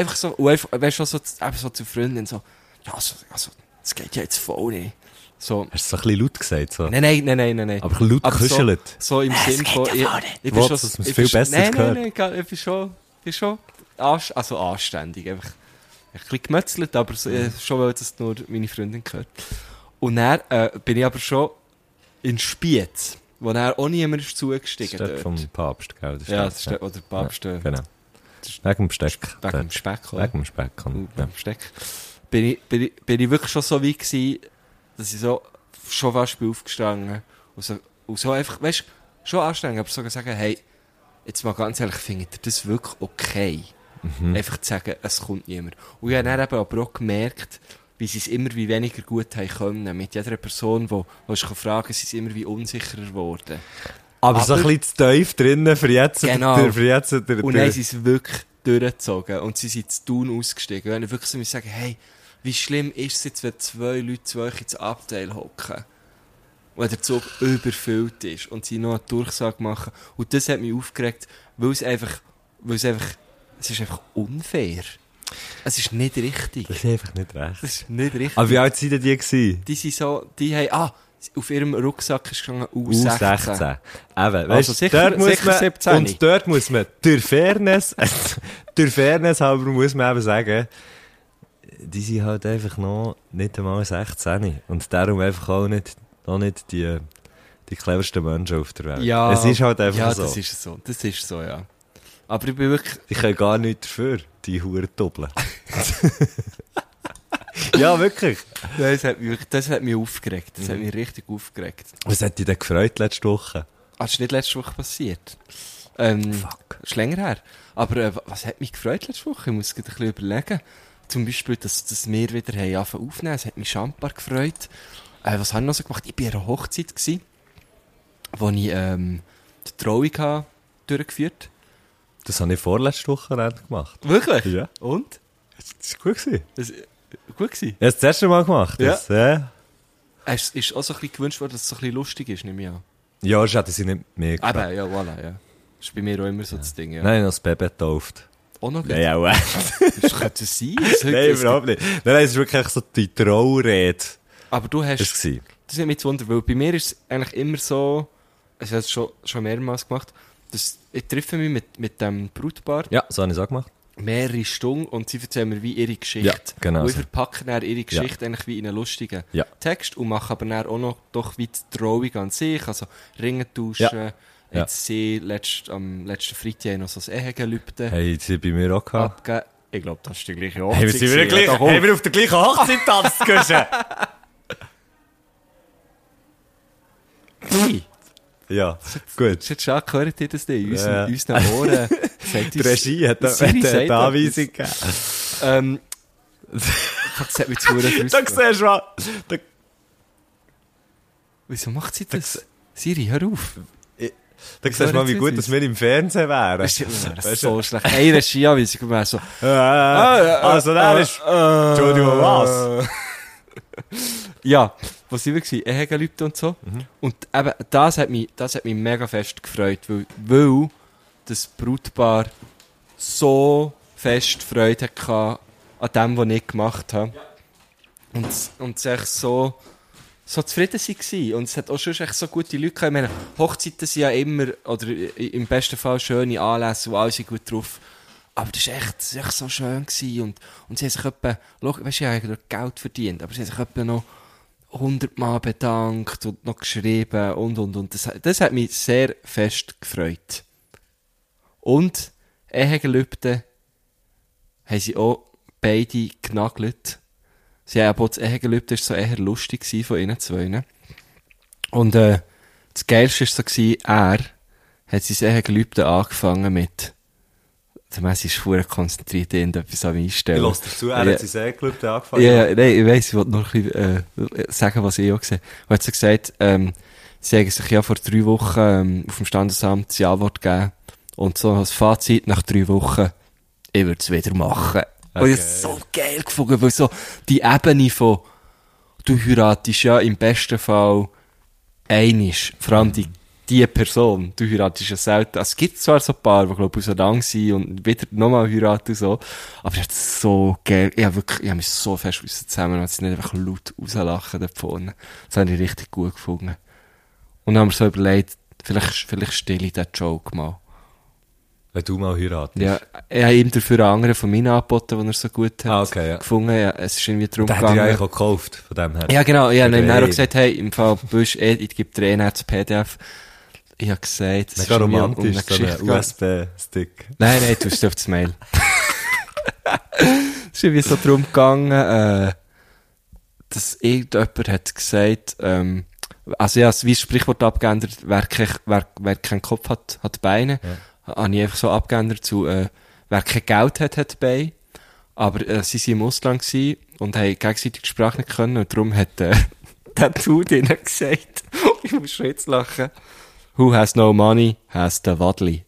S1: angesäuert.
S6: einfach so, und einfach, weißt du, so, zu- einfach so zu Freunden so, ja, also, also, das geht ja jetzt voll nicht. So,
S1: Hast du so ein bisschen laut gesagt? So.
S6: nein, nein, nein, nein, nein, nein.
S1: Aber ein bisschen laut gekuschelt.
S6: So, so im Sinn von... ich, ich
S1: Wotz, dass man's viel
S6: bin schon-
S1: besser
S6: nein,
S1: hört.
S6: Nein, nein, nein, ich bin schon, ich bin schon anst, also anständig, einfach ein bisschen gemützelt, aber so, äh, schon, weil das nur meine Freundin gehört. Und dann äh, bin ich aber schon in Spiez, wo dann auch niemand ist
S1: Das ist
S6: zugestiegen
S1: dort vom Papst, gell? Das ist
S6: Ja,
S1: dort,
S6: das ist der, oder Papst, äh,
S1: Genau. Wegen dem Besteck.
S6: wegen dem
S1: Dort.
S6: Speck, oder?
S1: Wegen dem Speck. Und, ja.
S6: beim Steck. Äh, Bin ich, bin, ich, bin ich wirklich schon so weit gewesen, dass ich so schon fast bin aufgestanden und so, und so einfach, weißt du, schon anstrengend, aber sogar sagen, hey, jetzt mal ganz ehrlich, findet ihr das wirklich okay? Einfach zu sagen, es kommt niemand. Und ich habe dann eben aber auch gemerkt, wie sie es immer wie weniger gut haben können. Mit jeder Person, die die ich fragen kann, sind sie immer wie unsicherer geworden.
S1: Aber, so ein bisschen zu tief drinnen für jetzt.
S6: Genau.
S1: Der, für jetzt der,
S6: Und
S1: der-
S6: dann haben sie es wirklich durchgezogen. Und sie sind zu Tun ausgestiegen. Und dann wirklich so müssen sagen, hey, wie schlimm ist es jetzt, wenn zwei Leute zu euch ins Abteil hocken? Und der Zug überfüllt ist und sie noch eine Durchsage machen. Und das hat mich aufgeregt, weil es einfach, weil es einfach, es ist einfach unfair. Es ist nicht richtig.
S1: Das ist einfach nicht recht.
S6: Es ist nicht richtig.
S1: Aber wie alt waren denn die? Gewesen?
S6: Die sind so, die haben, ah, auf ihrem Rucksack ist gegangen U16.
S1: U16. Eben, weißt,
S6: Also
S1: du,
S6: sicher-
S1: dort muss
S6: sicher
S1: man,
S6: 17.
S1: Und dort muss man, durch Fairness, durch Fairness halber muss man eben sagen, die sind halt einfach noch nicht einmal 16. Und darum einfach auch nicht, auch nicht die, die cleversten Menschen auf der Welt.
S6: Ja.
S1: es ist halt einfach
S6: ja,
S1: so.
S6: das ist so. Das ist so, ja. Aber ich bin wirklich,
S1: Die können gar nichts dafür, die Huren doppeln. ja, wirklich.
S6: Nein, das hat mich, das hat mich aufgeregt. Das hat mich richtig aufgeregt.
S1: Was hat dich denn gefreut letzte Woche?
S6: Ah, Das ist nicht letzte Woche passiert. Ähm, Fuck. Ist länger her. Aber äh, wa- was hat mich gefreut letzte Woche? Ich muss gerade ein bisschen überlegen. Zum Beispiel, dass, dass wir wieder haben angefangen aufnehmen. Es hat mich schambar gefreut. Äh, was haben wir noch so gemacht? Ich war an einer Hochzeit, gewesen, wo ich ähm, die Trauung habe durchgeführt
S1: Das habe ich vorletzte Woche gemacht.
S6: Wirklich?
S1: Ja.
S6: Und?
S1: Das war gut. Gewesen.
S6: Es, äh, gut gewesen.
S1: Ich habe das erste Mal gemacht.
S6: Ja.
S1: Das, äh,
S6: Es ist auch so ein bisschen gewünscht worden, dass es so ein bisschen lustig ist, nehme ich an.
S1: ja, das hätte sie nicht mehr gefragt.
S6: Eben, ja, voilà, ja. Das ist bei mir auch immer so das Ding, Ah, ja.
S1: Nein, ich habe das Baby getauft.
S6: Auch noch
S1: Nein, auch echt.
S6: Das könnte sein. Das
S1: Nein, überhaupt nicht. Nein, nein, es war wirklich so die Trauerrede.
S6: Aber du hast.
S1: Das
S6: Das,
S1: war.
S6: hat mich zu wundern, weil bei mir ist es eigentlich immer so, also ich habe es schon, schon mehrmals gemacht, dass ich treffe mich mit, mit dem Brutpaar
S1: Ja, so habe ich es auch gemacht.
S6: mehrere Stunden und sie erzählen mir wie ihre Geschichte.
S1: Ja, genau
S6: Und ich
S1: so.
S6: verpacke dann ihre Geschichte eigentlich wie in einen lustigen
S1: Ja.
S6: Text und mache aber dann auch noch doch wie die Drohung an sich, also Ringe tauschen.
S1: Ja.
S6: Jetzt sie letzt, am letzten Freitag noch so das Ehegelübde
S1: Hey, die sind bei mir auch gehabt.
S6: abgegeben. Ich glaube, das ist die gleiche
S1: Hey, wir sind wieder
S6: Ah, gewesen, ja,
S1: gleich.
S6: da komm.
S1: Hey, wir auf der gleichen Hochzeit tanzt, Guschen.
S6: Hey.
S1: Ja, gut.
S6: Das ist jetzt schade, gehört ihr das denn? In unseren,
S1: Ja.
S6: in unseren Ohren. Sagt
S1: Die Regie hat
S6: das Siri sagt
S1: eine Anweisung gegeben.
S6: Ähm, fuck, das hat mich zu Huren
S1: Da siehst du mal. Da,
S6: Wieso macht sie das? Siri, hör auf.
S1: da siehst du mal, wie gut dass wir im Fernsehen wären.
S6: Das ist das ist so schlecht. Ey, Regieanweisung wäre so...
S1: Äh,
S6: Ah, äh,
S1: also, da ist. Entschuldigung, was?
S6: Ja, wo sind wir gewesen? Ehegelübde und so.
S1: Mhm.
S6: Und eben, das hat, mich, das hat mich mega fest gefreut, weil, weil das Brutpaar so fest Freude hatte an dem, was ich gemacht habe. Und, und sich so, so zufrieden waren. Und es hat auch schon echt so gute Leute gehabt. Ich meine, Hochzeiten sind ja immer, oder i- im besten Fall schöne Anlässe und alle sind gut drauf. Aber das war echt, das ist echt so schön. Gewesen. Und, und sie haben sich etwa, weißt du, ich habe ja dort Geld verdient, aber sie haben sich etwa noch 100 Mal bedankt und noch geschrieben und, und, und. Das, das hat mich sehr fest gefreut. Und Ehegelübde haben sie auch beide genagelt. Sie haben auch das Ehegelübde war so eher lustig gewesen von ihnen zwei. ne? Und äh, das Geilste war so, gewesen, er hat sein Ehegelübde angefangen mit der Messi ist verdammt konzentriert, irgendetwas am Einstellen.
S1: Ich lasse dazu, er
S6: Ja.
S1: hat sein Segelclub angefangen.
S6: Ja, ja, nein, ich weiss, ich wollte nur ein bisschen, äh, sagen, was ich auch gesehen habe. Er hat so gesagt, ähm, sie haben sich ja vor drei Wochen ähm, auf dem Standesamt das Ja-Wort gegeben. Und so als Fazit nach drei Wochen, ich würde es wieder machen. Und ich habe es so geil gefunden, weil so die Ebene von, du heiratest ja im besten Fall einisch, vor allem die, die Person, du heiratest ja selten. Also, Es gibt zwar so ein paar, die glaube ich auseinander sind und wieder nochmal heiraten und so, aber das ist so geil. Ich habe wirklich, ich habe mich so fest müssen zusammen, dass sie nicht einfach laut rauslachen da vorne. Das habe ich richtig gut gefunden. Und dann haben wir so überlegt, vielleicht, vielleicht stille ich den Joke mal.
S1: Wenn du mal heiratest.
S6: Ja, ich habe ihm dafür einen anderen von mir angeboten, den er so gut hat
S1: Ah, okay, ja.
S6: gefunden. Ja, es ist irgendwie darum
S1: Den hat er
S6: gegangen.
S1: eigentlich auch gekauft, von dem her.
S6: Ja, genau. Ich habe ihm dann
S1: Hey.
S6: auch gesagt, hey, im Fall Busch, eh, ich gebe dir eh nicht das PDF. Ich habe gesagt, es
S1: Mega
S6: ist irgendwie um- um
S1: romantisch,
S6: eine
S1: so ein
S6: Geschichte gegangen.
S1: USB-Stick.
S6: Nein, nein, du hast auf das Mail. es ist irgendwie so darum gegangen, äh, dass irgendjemand hat gesagt, ähm, also ja, wie das Sprichwort abgeändert, wer, kein, wer, wer keinen Kopf hat, hat Beine. Ja. Habe ich einfach so abgeändert zu, äh, wer kein Geld hat, hat Beine. Aber äh, sie waren im Ausland gewesen und haben gegenseitig die Sprache nicht können und darum hat äh, der Dude ihnen gesagt, ich muss schon jetzt lachen, who has no money, has the Wadli.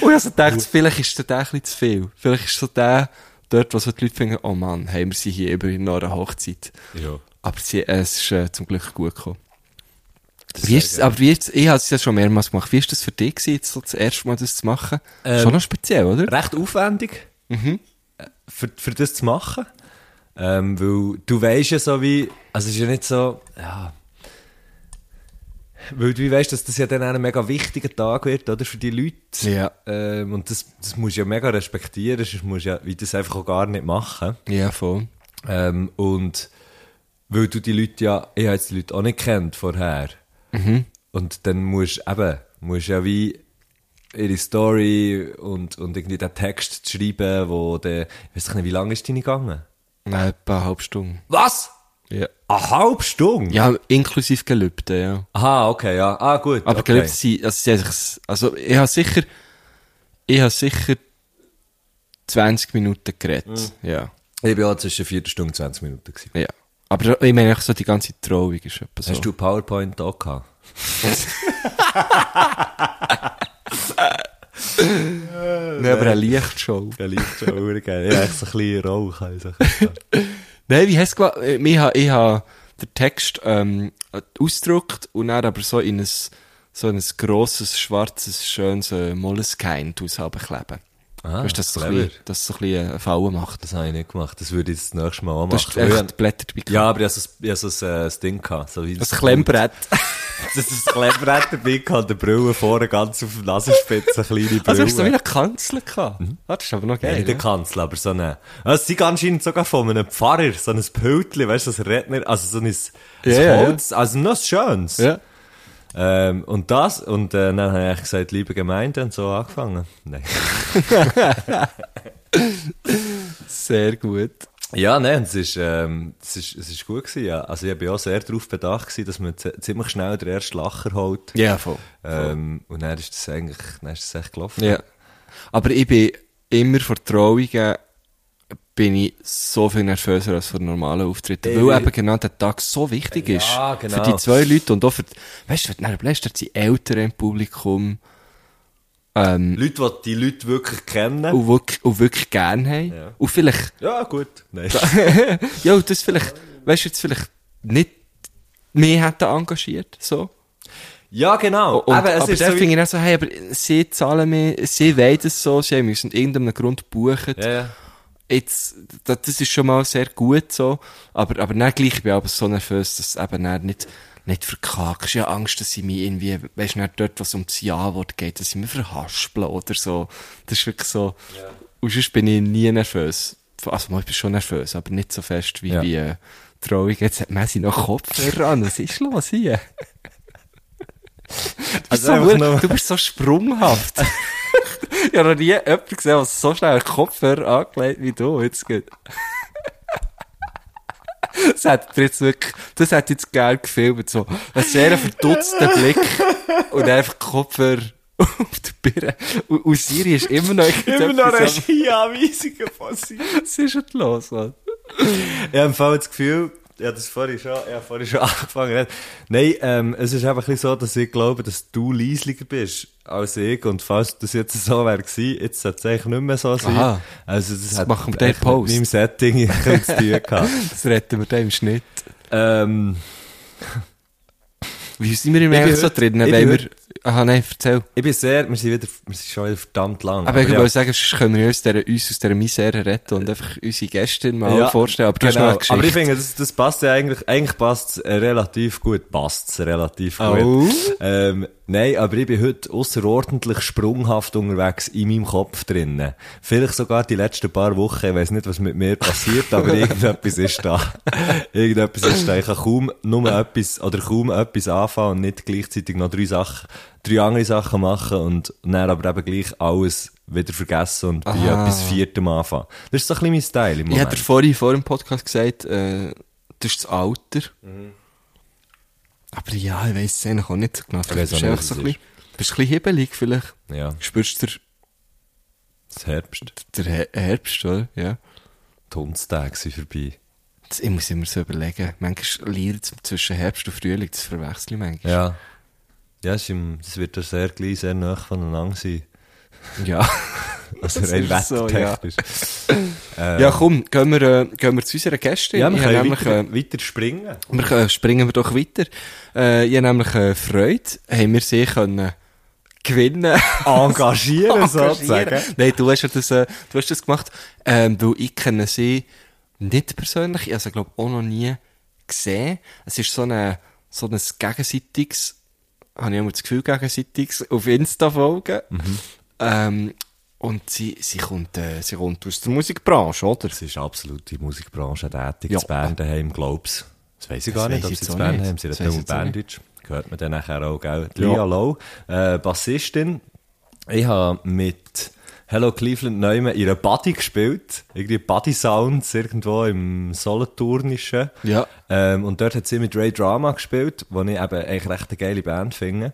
S6: Und ich so dachte, vielleicht ist der der ein bisschen zu viel. Vielleicht ist so der dort, wo so die Leute finden, oh Mann, haben wir sie hier immerhin noch an einer Hochzeit.
S1: Ja.
S6: Aber sie, äh, es ist äh, zum Glück gut gekommen. Wie ist das, aber wie ist das, ich habe es ja schon mehrmals gemacht. Wie ist das für dich gewesen, jetzt so das erste Mal das zu machen?
S1: Ähm,
S6: schon noch speziell, oder?
S1: recht aufwendig,
S6: Mhm.
S1: äh, für, für das zu machen. Ähm, weil du weißt ja so wie, also es ist ja nicht so, ja. Weil du weißt, dass das ja dann ein mega wichtiger Tag wird, oder? Für die Leute.
S6: Ja.
S1: Ähm, und das, das musst du ja mega respektieren, sonst musst du ja wie das einfach auch gar nicht machen.
S6: Ja, voll.
S1: Ähm, und weil du die Leute ja, ich habe jetzt die Leute auch nicht kennt vorher.
S6: Mhm.
S1: Und dann musst du eben, musst ja wie ihre Story und, und irgendwie den Text schreiben, wo der, ich weiß nicht, wie lange ist deine gegangen?
S6: Nein, etwa eine halbe Stunde.
S1: Was?
S6: Ja.
S1: Eine halbe Stunde?
S6: Ja, inklusive Gelübde, ja.
S1: Aha, okay, ja. Ah, gut.
S6: Aber
S1: okay.
S6: Gelübde sind, also, sie haben sich, also, ich habe sicher, ich habe sicher 20 Minuten geredet, ja.
S1: Ich bin auch zwischen 4 Stunden und 20 Minuten. Gewesen.
S6: Ja. Aber ich meine, eigentlich so die ganze Trauung ist etwas so.
S1: Hast du PowerPoint auch gehabt? Äh,
S6: Nein, aber eine Lichtshow.
S1: Ja, liegt schon verdammt geil. Ich habe echt so ein bisschen Rauch. Also.
S6: Nein, wie hast du gemacht? Äh, Ich habe, ich habe den Text ähm, ausgedruckt und dann aber so in ein, so ein grosses, schwarzes, schönes äh, Moleskine drauskleben.
S1: Ah,
S6: weißt du, dass es so ein
S1: clever.
S6: bisschen- dass es so ein bisschen äh, einen Fallen macht.
S1: Das habe ich nicht gemacht. Das würde ich das nächste Mal auch machen.
S6: Das ist
S1: Weil ich-
S6: echt Blätter dabei. gehabt.
S1: Ja, aber ich hatte so, ich hatte so ein, äh, ein Ding. Gehabt, so wie
S6: Das Klemmbrett.
S1: Das ist ein Klemmbrett dabei, gehabt, der Brille vorne ganz auf der Nasenspitze, eine kleine Brille.
S6: Also hast du so wie eine Kanzel gehabt.
S1: Mhm.
S6: Ah, das ist aber noch
S1: Nein,
S6: geil.
S1: nicht eine
S6: ne?
S1: Kanzel, aber so eine... Es sind anscheinend sogar von einem Pfarrer, so ein Pöltchen, weißt du, so ein Redner, also so ein, ein
S6: Ja, ja,
S1: Holz, also noch was Schönes.
S6: Ja.
S1: Ähm, und das, und äh, dann habe ich eigentlich gesagt, liebe Gemeinde, und so angefangen. Nein.
S6: Sehr gut.
S1: Ja, nein, und es ist, ähm, es ist, es ist gut gewesen, ja. Also ich bin auch sehr darauf bedacht gewesen, dass man z- ziemlich schnell den ersten Lacher holt.
S6: Ja, voll.
S1: Ähm, und dann ist das eigentlich, dann ist das echt gelaufen.
S6: Ja. Aber ich bin immer vor Trauungen bin ich so viel nervöser als vor normalen Auftritten,
S1: Ey,
S6: weil
S1: wie-
S6: eben genau der Tag so wichtig ist.
S1: Eh, Ja, genau.
S6: Für die zwei Leute und auch für, die- weißt du, wenn du dann überlegst, da sind Eltern im Publikum, ähm,
S1: Leute, die die Leute wirklich kennen.
S6: und wirklich, und wirklich gern haben.
S1: Ja.
S6: Und vielleicht,
S1: Ja, gut. Nein.
S6: ja, und
S1: Ah,
S6: das vielleicht, weißt du, jetzt vielleicht nicht mehr hätten engagiert, so.
S1: Ja, genau.
S6: Und,
S1: Eben, es
S6: Oh, aber
S1: ist
S6: dann
S1: so
S6: finde ich dann so, hey, aber sie zahlen mir, sie wollen es so, sie haben uns aus irgendeinem Grund buchen.
S1: wie- ja, ja.
S6: Jetzt, das, das ist schon mal sehr gut so, aber, aber dann gleich, ich bin aber so nervös, dass du eben dann nicht, nicht verkackst. Ich habe Angst, dass sie mich irgendwie, weißt du, dann dort, was um das Ja-Wort geht, dass sie mich verhaspeln oder so. Das ist wirklich so. Und sonst bin ich nie nervös. Also, mal, ich bin schon nervös, aber nicht so fest wie
S1: Ja.
S6: bei äh, Trauung. Jetzt hat Messi noch Kopfhörer an. Was ist los hier? Du bist,
S1: Also einfach
S6: so,
S1: nur-
S6: du bist so sprunghaft. ich habe noch nie jemanden gesehen, der so schnell einen Kopfhörer angelegt wie du jetzt geht. Das hat dir jetzt wirklich, das hat jetzt gern gefilmt, so. Ein sehr verdutzter Blick. Und einfach Kopfhörer auf die Birne. Und, und Siri ist immer noch
S1: Immer noch
S6: irgendetwas
S1: eine Ski-Anweisung von Siri.
S6: am- Was ist denn los, Mann?
S1: Ich habe im Fall das Gefühl, ich habe das vorhin schon, ich habe vorhin schon angefangen. zu reden. Nein, ähm, es ist einfach ein bisschen so, dass ich glaube, dass du leislicher bist als ich. Und falls das jetzt so wäre gewesen, jetzt sollte es eigentlich nicht mehr so sein.
S6: Aha.
S1: Also das, hat
S6: machen wir den
S1: echt
S6: Post.
S1: mit meinem Setting ein bisschen zu tun gehabt.
S6: Das retten wir da im Schnitt.
S1: ähm,
S6: Wie sind wir im
S1: Ich bin
S6: Eigentlich so
S1: heute-
S6: drin?
S1: ich
S6: Weil
S1: bin
S6: wir, aha, nein, erzähl.
S1: ich bin sehr, wir sind, wieder, wir sind schon wieder verdammt lang.
S6: Aber ich
S1: ja.
S6: wollte sagen, sonst können wir uns, dieser, uns aus dieser Misere retten und einfach unsere Gäste mal
S1: Ja,
S6: vorstellen. Aber du
S1: Genau.
S6: hast noch eine
S1: Aber ich
S6: Geschichte.
S1: finde, das, das passt ja eigentlich, eigentlich passt es relativ gut. Passt es relativ
S6: Oh.
S1: gut. Ähm, nein, aber ich bin heute außerordentlich sprunghaft unterwegs in meinem Kopf drinnen. Vielleicht sogar die letzten paar Wochen. Ich weiß nicht, was mit mir passiert, aber irgendetwas ist da. irgendetwas ist da. Ich kann kaum nur etwas, oder kaum etwas anfangen und nicht gleichzeitig noch drei Sachen, drei andere Sachen machen und dann aber eben gleich alles wieder vergessen und bei etwas Viertem anfangen. Das ist so ein bisschen mein Style im
S6: Ich
S1: Moment.
S6: habe dir vorhin vor dem Podcast gesagt, äh, das ist das Alter. Mhm. Aber ja, ich weiß es eigentlich auch nicht so genau. Du
S1: weiss
S6: bist
S1: auch
S6: einfach
S1: nicht,
S6: so
S1: was
S6: ein
S1: es
S6: bisschen, bist ein bisschen hibbelig vielleicht.
S1: Ja,
S6: Spürst du den-
S1: das Herbst.
S6: der Her- Herbst, oder? Ja.
S1: Die Hundstage sind vorbei.
S6: Das, ich muss immer so überlegen. Manchmal liegt es zwischen Herbst und Frühling, das verwechsel ich manchmal.
S1: Ja. Ja, es ist im, das wird ja sehr gleich, sehr nah voneinander sein.
S6: Ja.
S1: Also
S6: Das
S1: rein
S6: ist so,
S1: wettertechnisch.
S6: Ja, komm, gehen wir, äh, gehen wir zu unseren Gästen.
S1: Ja, wir
S6: Ich habe
S1: können
S6: nämlich, äh,
S1: weiter, weiter springen.
S6: Wir können, springen wir doch weiter. Äh, ich habe nämlich äh, Freude, haben wir sie können gewinnen
S1: Engagieren,
S6: Engagieren. Nein, du hast ja das, äh, du hast das gemacht, ähm, weil ich kenne sie nicht persönlich, ich habe sie glaube auch noch nie gesehen. Es ist so, eine, so ein gegenseitiges, habe ich immer das Gefühl, gegenseitiges auf Insta folgen. Ähm, und sie, sie, kommt, äh, sie kommt aus der Musikbranche, oder?
S1: Es ist absolut in der Musikbranche tätig.
S6: Ja.
S1: Das Bern daheim, glaub's. Das weiss ich
S6: Das
S1: gar nicht,
S6: weiss
S1: ob
S6: ich
S1: sie
S6: jetzt
S1: das
S6: auch
S1: Bern
S6: nicht.
S1: haben. Sie
S6: Das
S1: redet nur
S6: weiss ich jetzt auch
S1: Berndeutsch. Gehört man dann nachher auch, gell?
S6: Ja.
S1: Lia Low, äh, Bassistin. Ich habe mit Hello Cleveland Neumann ihre Buddy gespielt. Irgendwie Buddy Sounds irgendwo im Solothurnischen.
S6: Ja.
S1: Ähm, und dort hat sie mit Ray Drama gespielt, wo ich eben eigentlich recht eine geile Band finde.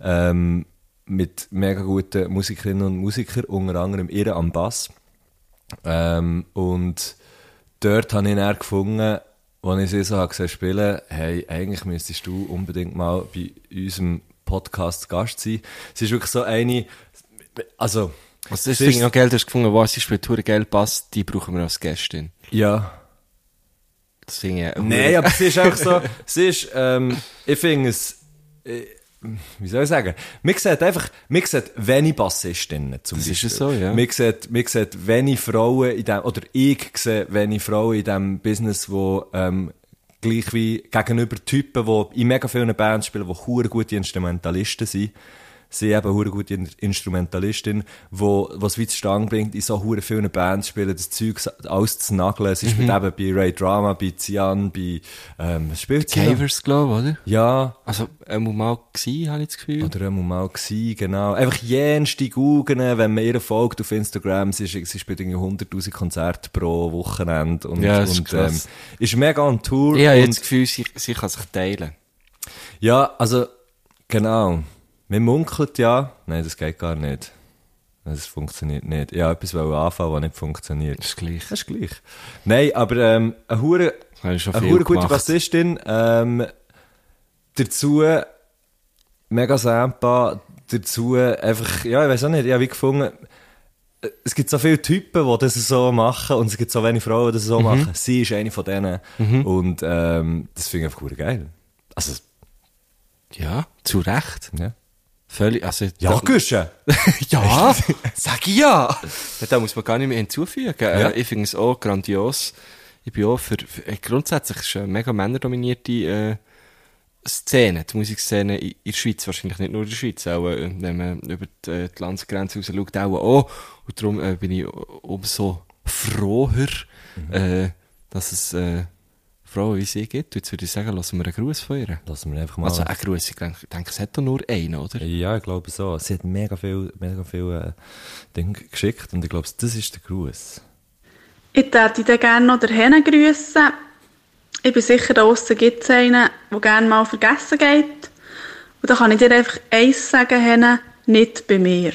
S1: Ähm, mit mega guten Musikerinnen und Musikern, unter anderem ihr am Bass. Ähm, und dort habe ich dann gefunden, als ich sie so habe gesehen spielen, hey, eigentlich müsstest du unbedingt mal bei unserem Podcast zu Gast sein. Sie ist wirklich so eine, also,
S6: Also das
S1: Sie ist-
S6: finde ich auch geil, du hast gefunden, was sie spielt, verdammt geil passt, die brauchen wir als Gästin.
S1: ja,
S6: Das finde ich auch
S1: Nein, aber sie ist einfach so, sie ist, ähm, ich finde es, äh, wie soll ich sagen, man sieht einfach, man sieht wenig Bassistinnen zum
S6: Das ist
S1: Beispiel.
S6: ja so, ja.
S1: Man sieht, man sieht wenig Frauen in dem, oder ich sehe wenig Frauen in dem Business, wo, ähm, gleich wie gegenüber Typen, die in mega vielen Bands spielen, die hure gute Instrumentalisten sind. Sie eben hure gute In- Instrumentalistin, wo was wie zustande bringt, in so hure vielen Bands spielen, das Zeug alles zu nageln. Sie spielt eben bei Ray Drama, bei Cian, bei, ähm, was spielt sie? noch?
S6: Cavers, glaube ich, oder?
S1: Ja,
S6: Also, einmal mal gewesen, habe ich das Gefühl.
S1: oder einmal mal gewesen, genau. Einfach jenste Guggen, wenn man ihr folgt auf Instagram, sie, ist, sie spielt irgendwie 100'000 Konzerte pro Wochenende und,
S6: Ja, das ist
S1: und ähm,
S6: krass.
S1: ist mega on Tour.
S6: ich habe
S1: und-
S6: jetzt das Gefühl, sie, sie kann sich teilen.
S1: Ja, also, genau. Man munkelt ja. Nein, das geht gar nicht. Das funktioniert nicht. Ich wollte etwas anfangen, was nicht funktioniert.
S6: Das ist gleich.
S1: Das ist gleich. Nein, aber ähm, eine hure,
S6: Da habe ich schon
S1: eine
S6: viel
S1: hure gute
S6: gemacht.
S1: Bassistin. Ähm, dazu mega Sampa. Dazu einfach, ja, ich weiß auch nicht, ich habe wie gefunden, es gibt so viele Typen, die das so machen und es gibt so wenige Frauen, die das so machen. Sie Mhm. ist eine von denen. Und ähm, das finde ich einfach hure geil. Also,
S6: Ja, zu Recht.
S1: Ja.
S6: Völlig, also...
S1: Ja, Guschen!
S6: ja, sag ich ja. Da muss man gar nicht mehr hinzufügen. Äh, ich finde es auch grandios. Ich bin auch für, für äh, grundsätzlich ist es eine mega männerdominierte äh, Szene, die Musikszene in, in der Schweiz, wahrscheinlich nicht nur in der Schweiz, auch äh, wenn man über die, äh, die Landesgrenze raus schaut, auch, auch. Und darum äh, bin ich umso froher, äh, dass es äh, Frauen wie sie gibt. Jetzt würde ich sagen, lassen wir einen Gruß von ihr.
S1: Lassen wir einfach mal.
S6: Also einen Gruß, ich denke, ich denke, es hat doch nur einen, oder?
S1: ja, ich glaube so. Sie hat mega viel, mega viel äh, Dinge geschickt und ich glaube, das ist der Gruß.
S8: Ich würde dich gerne noch dahin grüßen. Ich bin sicher, da draussen gibt es einen, der gerne mal vergessen geht. Und da kann ich dir einfach eins sagen, Henne, nicht bei mir.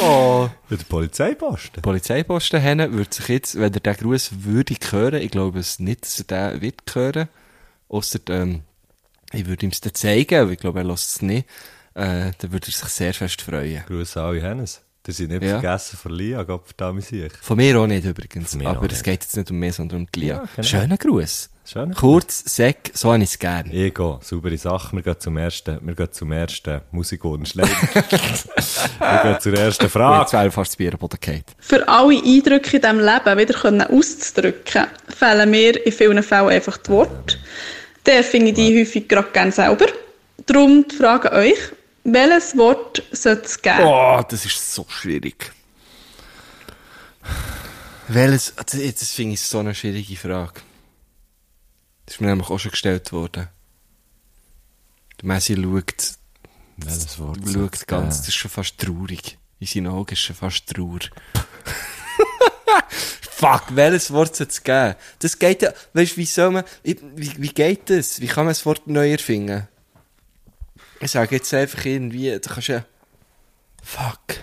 S6: Oh.
S1: Ja, der Polizeiposten.
S6: Polizeiposten haben, würde sich jetzt, wenn er den Gruß würde hören, ich glaube es nicht, dass er den wird hören, ausser, ähm, ich würde ihm es dann zeigen, aber ich glaube, er lässt es nicht, äh, dann würde er sich sehr fest freuen.
S1: Gruß an alle Hennes. Die sind nicht
S6: Ja.
S1: vergessen von Lia, Gott verdammt sich.
S6: Von mir auch nicht übrigens,
S1: Von mir auch
S6: aber es
S1: nicht.
S6: geht jetzt nicht um mich, sondern um die Lia.
S1: Ja, genau.
S6: Schöner Gruß.
S1: Schön.
S6: Kurz, Sack, so habe ich es gerne.
S1: Ego, saubere Sache. Wir gehen zum ersten, wir gehen zum ersten Musikwunsch. Leider. wir gehen zur ersten
S6: Jetzt
S1: Frage.
S6: wäre fast das Bierboden gefallen.
S8: Für alle Eindrücke in diesem Leben wieder können auszudrücken, fehlen mir in vielen Fällen einfach die Worte. Dann finde ich die häufig gerade gerne selber. Darum die Frage an euch, welches Wort sollte es geben?
S6: Oh, das ist so schwierig. Welches, das, das finde ich so eine schwierige Frage. Das ist mir nämlich auch schon gestellt worden. Der Messi schaut,
S1: Welches Wort soll's
S6: schaut ganz, das ist schon fast traurig. In seinen Augen ist schon fast Trauer. Fuck, welches Wort soll es geben? Das geht ja, weißt du, wie soll man, wie, wie wie geht das? Wie kann man das Wort neu erfinden? Ich sage jetzt einfach irgendwie, du kannst ja, Fuck.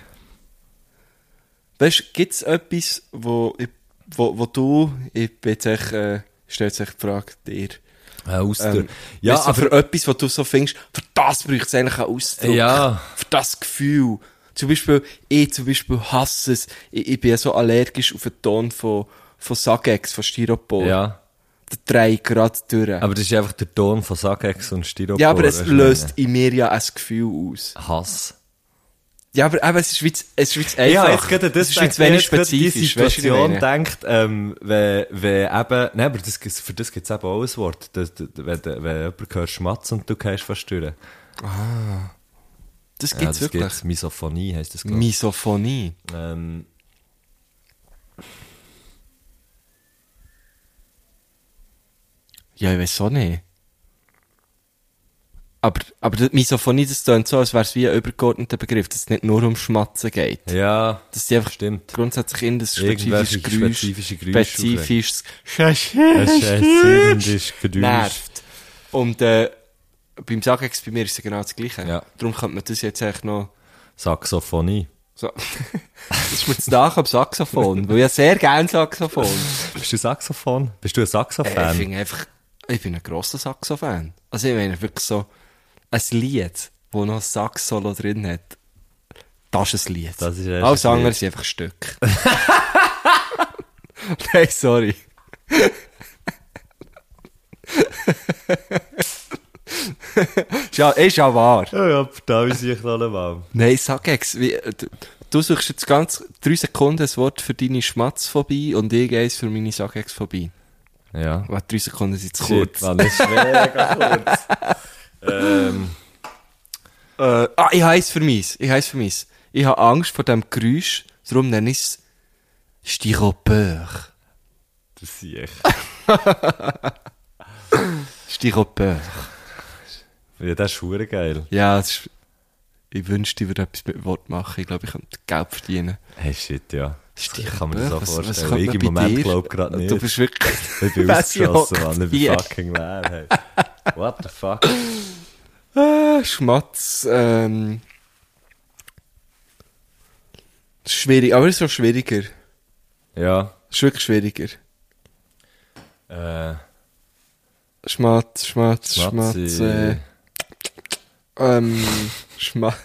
S6: Weißt du, gibt es etwas, wo, ich- wo, wo du, ich bin jetzt echt, äh, stellt sich die Frage dir.
S1: Äh, Auster.
S6: Ähm,
S1: ja,
S6: weißt du,
S1: aber,
S6: für etwas, was du so findest, für das bräuchte es eigentlich einen Ausdruck.
S1: Ja.
S6: Für das Gefühl. Zum Beispiel, ich zum Beispiel hasse es. Ich, ich bin ja so allergisch auf den Ton von, von Sagex, von Styropor.
S1: ja,
S6: Der drei Grad durch.
S1: aber das ist einfach der Ton von Sagex und Styropor.
S6: ja, aber es
S1: Ich
S6: löst in mir ja ein Gefühl aus.
S1: meine, Hass.
S6: Ja, aber, aber es ist wie zu- es ist wie zu
S1: Ja,
S6: einfach.
S1: jetzt gerade das
S6: es ist wie
S1: denkt,
S6: zu wenig
S1: jetzt gerade Die
S6: spezifisch. weisst du, was ich
S1: Situation
S6: meine?
S1: denkt, ähm, wenn, wenn eben, nein, aber das, gibt's- für das gibt es eben auch ein Wort. Das, das, wenn, wenn jemand hört Schmatz und du gehst fast durch.
S6: Das
S1: Ja,
S6: gibt's
S1: das
S6: wirklich.
S1: gibt's. Misophonie heisst das, glaub ich.
S6: Misophonie.
S1: Ähm,
S6: Ja, ich weiß auch nicht. Aber, aber das- Misophonie, das klingt so, als wäre es wie ein übergeordneter Begriff, dass es nicht nur um Schmatzen geht.
S1: ja,
S6: Dass die einfach
S1: Stimmt.
S6: grundsätzlich in das
S1: Irgendwelche
S6: spezifische Geräusch,
S1: spezifische Geräusche
S6: spezifisches
S1: es ist Geräusch.
S6: nervt. Und äh, beim Sagex bei mir ist es genau das Gleiche.
S1: Ja.
S6: Darum könnte man das jetzt eigentlich noch...
S1: Saxophonie.
S6: So. das ist mir zu nach am Saxophon, weil ich ja sehr gerne Saxophon.
S1: Bist du Saxophon? Bist du ein
S6: Äh, Ich
S1: Saxophon?
S6: finde einfach, ich bin ein grosser Saxo-Fan. Also ich meine wirklich so, ein Lied, wo noch ein Sax-Solo drin hat, das ist ein Lied.
S1: Das ist echt
S6: Alles
S1: ein
S6: andere ist einfach Stück. Nein, sorry. ist, ja, ist ja wahr.
S1: Ja, ja, da ist ich noch einmal.
S6: Nein, sag jetzt, wie, du, du suchst jetzt ganz drei Sekunden ein Wort für deine Schmatz vorbei und ich eins für meine Sagex vorbei.
S1: Ja.
S6: Warte, drei Sekunden sind zu
S1: Shit,
S6: kurz.
S1: Mann, das ist mega kurz. ähm,
S6: Äh, ah, ich heiße für mich. Ich heiße für mich. Ich habe Angst vor dem Geräusch, darum nenne ich es Styropor.
S1: das sehe ich.
S6: Styropor.
S1: Ja, das ist hure geil.
S6: Ja, das ist, ich wünschte, ich würde etwas mit Wort machen. Ich glaube, ich könnte Geld verdienen.
S1: Hey, shit, ja. Ich kann mir das
S6: Styropor,
S1: auch vorstellen.
S6: könnte
S1: ich
S6: man
S1: im
S6: bei
S1: Moment
S6: dir-
S1: glaube gerade nicht.
S6: Du bist wirklich...
S1: ich bin
S6: Messi
S1: ausgeschossen,
S6: hockt
S1: Mann. Ich bin
S6: hier.
S1: fucking leer. Hey. What the fuck?
S6: Äh, Schmatz, ähm... Schwierig, aber es ist auch schwieriger.
S1: Ja.
S6: Es ist wirklich schwieriger.
S1: Äh,
S6: Schmatz, Schmatz, Schmatz,
S1: Schmatzi.
S6: äh, ähm, Schma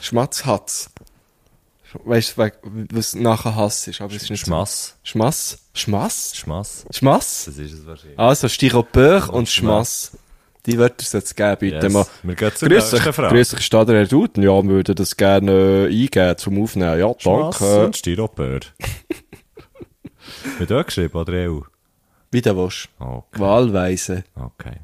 S6: Schmatz hat's. Weißt du, was nachher Hass ist, aber es ist nicht so.
S1: Schmass.
S6: Schmass. Schmass?
S1: Schmass.
S6: Schmass?
S1: Das ist es wahrscheinlich.
S6: Also Styropor und Schmass. Die Wörter sollte es geben, bitte mal.
S1: Wir gehen zur
S6: Grüß euch,
S1: nächsten Frage.
S6: grüß euch, Stader Herr Duden. Ja, wir würden das gerne äh, eingeben zum Aufnehmen. Ja,
S1: Schmass
S6: danke.
S1: und Styropor. Wird auch geschrieben, oder E EU?
S6: Wie du willst.
S1: Okay.
S6: Wahlweise.
S1: okay.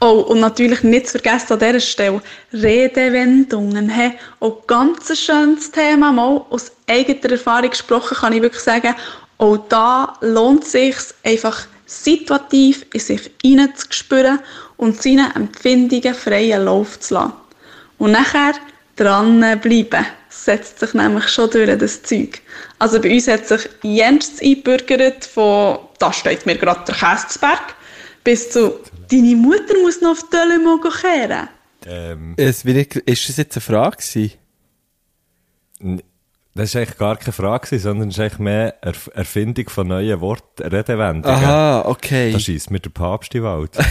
S8: Oh, und natürlich nicht zu vergessen an dieser Stelle, Redewendungen. Hey, auch ganz ein schönes Thema, mal aus eigener Erfahrung gesprochen, kann ich wirklich sagen, auch da lohnt es sich, einfach situativ in sich hineinzuspüren und seinen Empfindungen freien Lauf zu lassen. Und nachher dranbleiben. Es Setzt sich nämlich schon durch das Zeug. Also bei uns hat sich Jens eingebürgert von, da steht mir gerade der Käse zu Berg, bis zu, deine Mutter muss noch auf Telemo kehren.
S1: Ähm,
S6: Es, bin ich, ist das jetzt eine Frage gewesen?
S1: n- das war eigentlich gar keine Frage, gewesen, sondern es ist eigentlich mehr Erf Erfindung von neuen Worten, Redewendungen.
S6: Aha, okay.
S1: Da schießt mir der Papst in den Wald.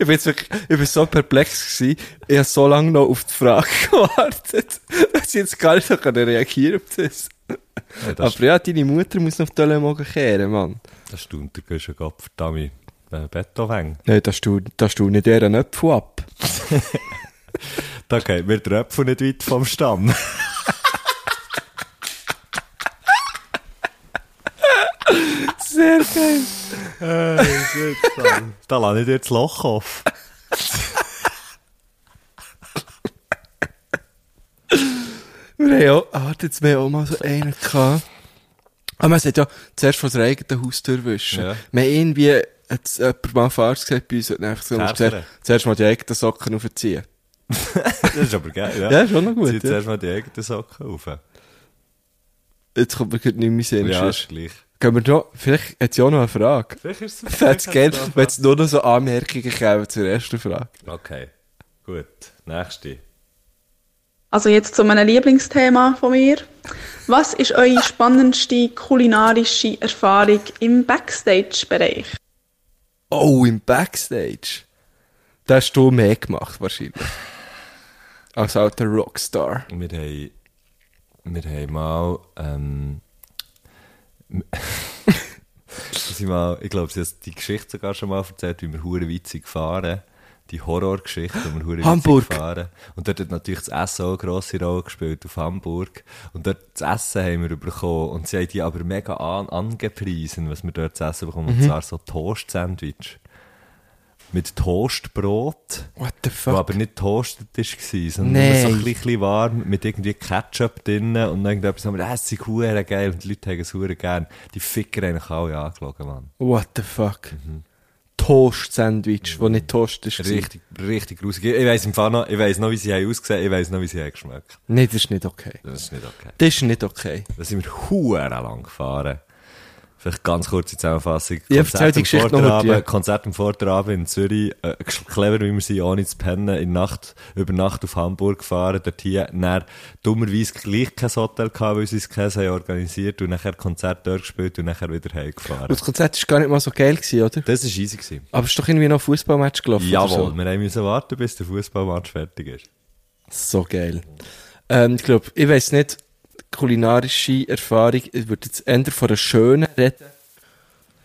S6: Ich bin, jetzt wirklich, ich bin so perplex gewesen. Ich habe so lange noch auf die Frage gewartet, dass ich jetzt gar nicht noch reagieren konnte.
S1: Ja, das,
S6: Aber ja, deine Mutter muss noch Telemogen kehren, Mann.
S1: das staunt der äh, Gösche Gott, verdammt. Der Betonweng.
S6: Nein, das tut das tut nicht ihren Apfel ab.
S1: Da geht mir der Äpfel nicht weit vom Stamm.
S6: Sehr geil.
S1: da lasse ich dir das Loch auf.
S6: Wir haben auch, ah, warte, jetzt wir haben auch mal so einen gehabt. Aber man sagt ja, zuerst vor der eigenen Haustür wischen.
S1: Ja.
S6: Wir haben irgendwie, hat jemand mal falsch gesagt bei uns, und dann so,
S1: Kärcher.
S6: zuerst, zuerst mal die eigenen Socken aufziehen.
S1: Das ist aber geil, ja.
S6: Ja, ist schon noch gut,
S1: Zieh
S6: ja.
S1: zuerst mal die eigenen Socken auf.
S6: Jetzt kommt mir gerade nicht mehr in den Sinn.
S1: Ja,
S6: sonst-
S1: ist gleich.
S6: Gehen wir noch, vielleicht hat sie auch noch eine Frage.
S1: Vielleicht ist es
S6: Fällt's gern, wenn es nur noch so Anmerkungen kämen zur ersten Frage.
S1: Okay, gut. Nächste.
S8: Also jetzt zu meinem Lieblingsthema von mir. Was ist eure spannendste kulinarische Erfahrung im Backstage-Bereich?
S6: Oh, im Backstage. Da hast du mehr gemacht, wahrscheinlich. Als alter Rockstar.
S1: Wir haben, wir haben mal. Ähm, wir sind mal ich glaube, sie hat die Geschichte sogar schon mal erzählt, wie wir hure witzig gefahren. Die Horrorgeschichte, wo wir hure
S6: Hamburg.
S1: witzig gefahren. Und dort hat natürlich das Essen auch eine grosse Rolle gespielt auf Hamburg. Und dort das Essen haben wir bekommen. Und sie haben die aber mega an, angepriesen, was wir dort zu essen bekommen. Und zwar so Toast-Sandwich. Mit Toastbrot.
S6: What the
S1: Wo
S6: fuck?
S1: aber nicht toastet war, sondern
S6: Nein.
S1: nur so ein bisschen warm mit irgendwie Ketchup drin und irgendetwas haben wir, das ist hure geil und die Leute haben es hure gern. Die Ficker haben mich alle angeschaut, Mann.
S6: What the fuck? Toast-Sandwich, wo nicht Toast ist. gewesen.
S1: Mhm. Richtig, richtig grusig. Ich weiss im Fall noch, ich weiss noch, wie sie haben ausgesehen, ich weiss noch, wie sie haben geschmeckt.
S6: Nee, das ist nicht okay.
S1: Das ist nicht okay.
S6: Das ist nicht okay.
S1: Da sind wir hure lang gefahren. Vielleicht ganz kurze Zusammenfassung.
S6: Ja, erzähl die
S1: am
S6: Geschichte noch
S1: Vorderabend,
S6: mal, ja.
S1: Konzert am Vorderabend in Zürich. Äh, sch- clever, wie wir sind, ohne zu pennen. In Nacht, über Nacht auf Hamburg gefahren. Dort hier, dann dummerweise gleich kein Hotel gehabt, weil sie es keins haben organisiert. Und nachher Konzert dort gespielt und nachher wieder
S6: Und
S1: heimgefahren.
S6: das Konzert war gar nicht mal so geil, gewesen, oder?
S1: Das war easy. Gewesen.
S6: Aber es ist doch irgendwie noch ein Fußballmatch gelaufen. oder
S1: Jawohl, wir haben müssen warten, bis der Fußballmatch fertig ist.
S6: So, so geil. Ähm, ich glaube, ich weiß nicht, kulinarische Erfahrung, ich würde jetzt eher von einer schönen reden.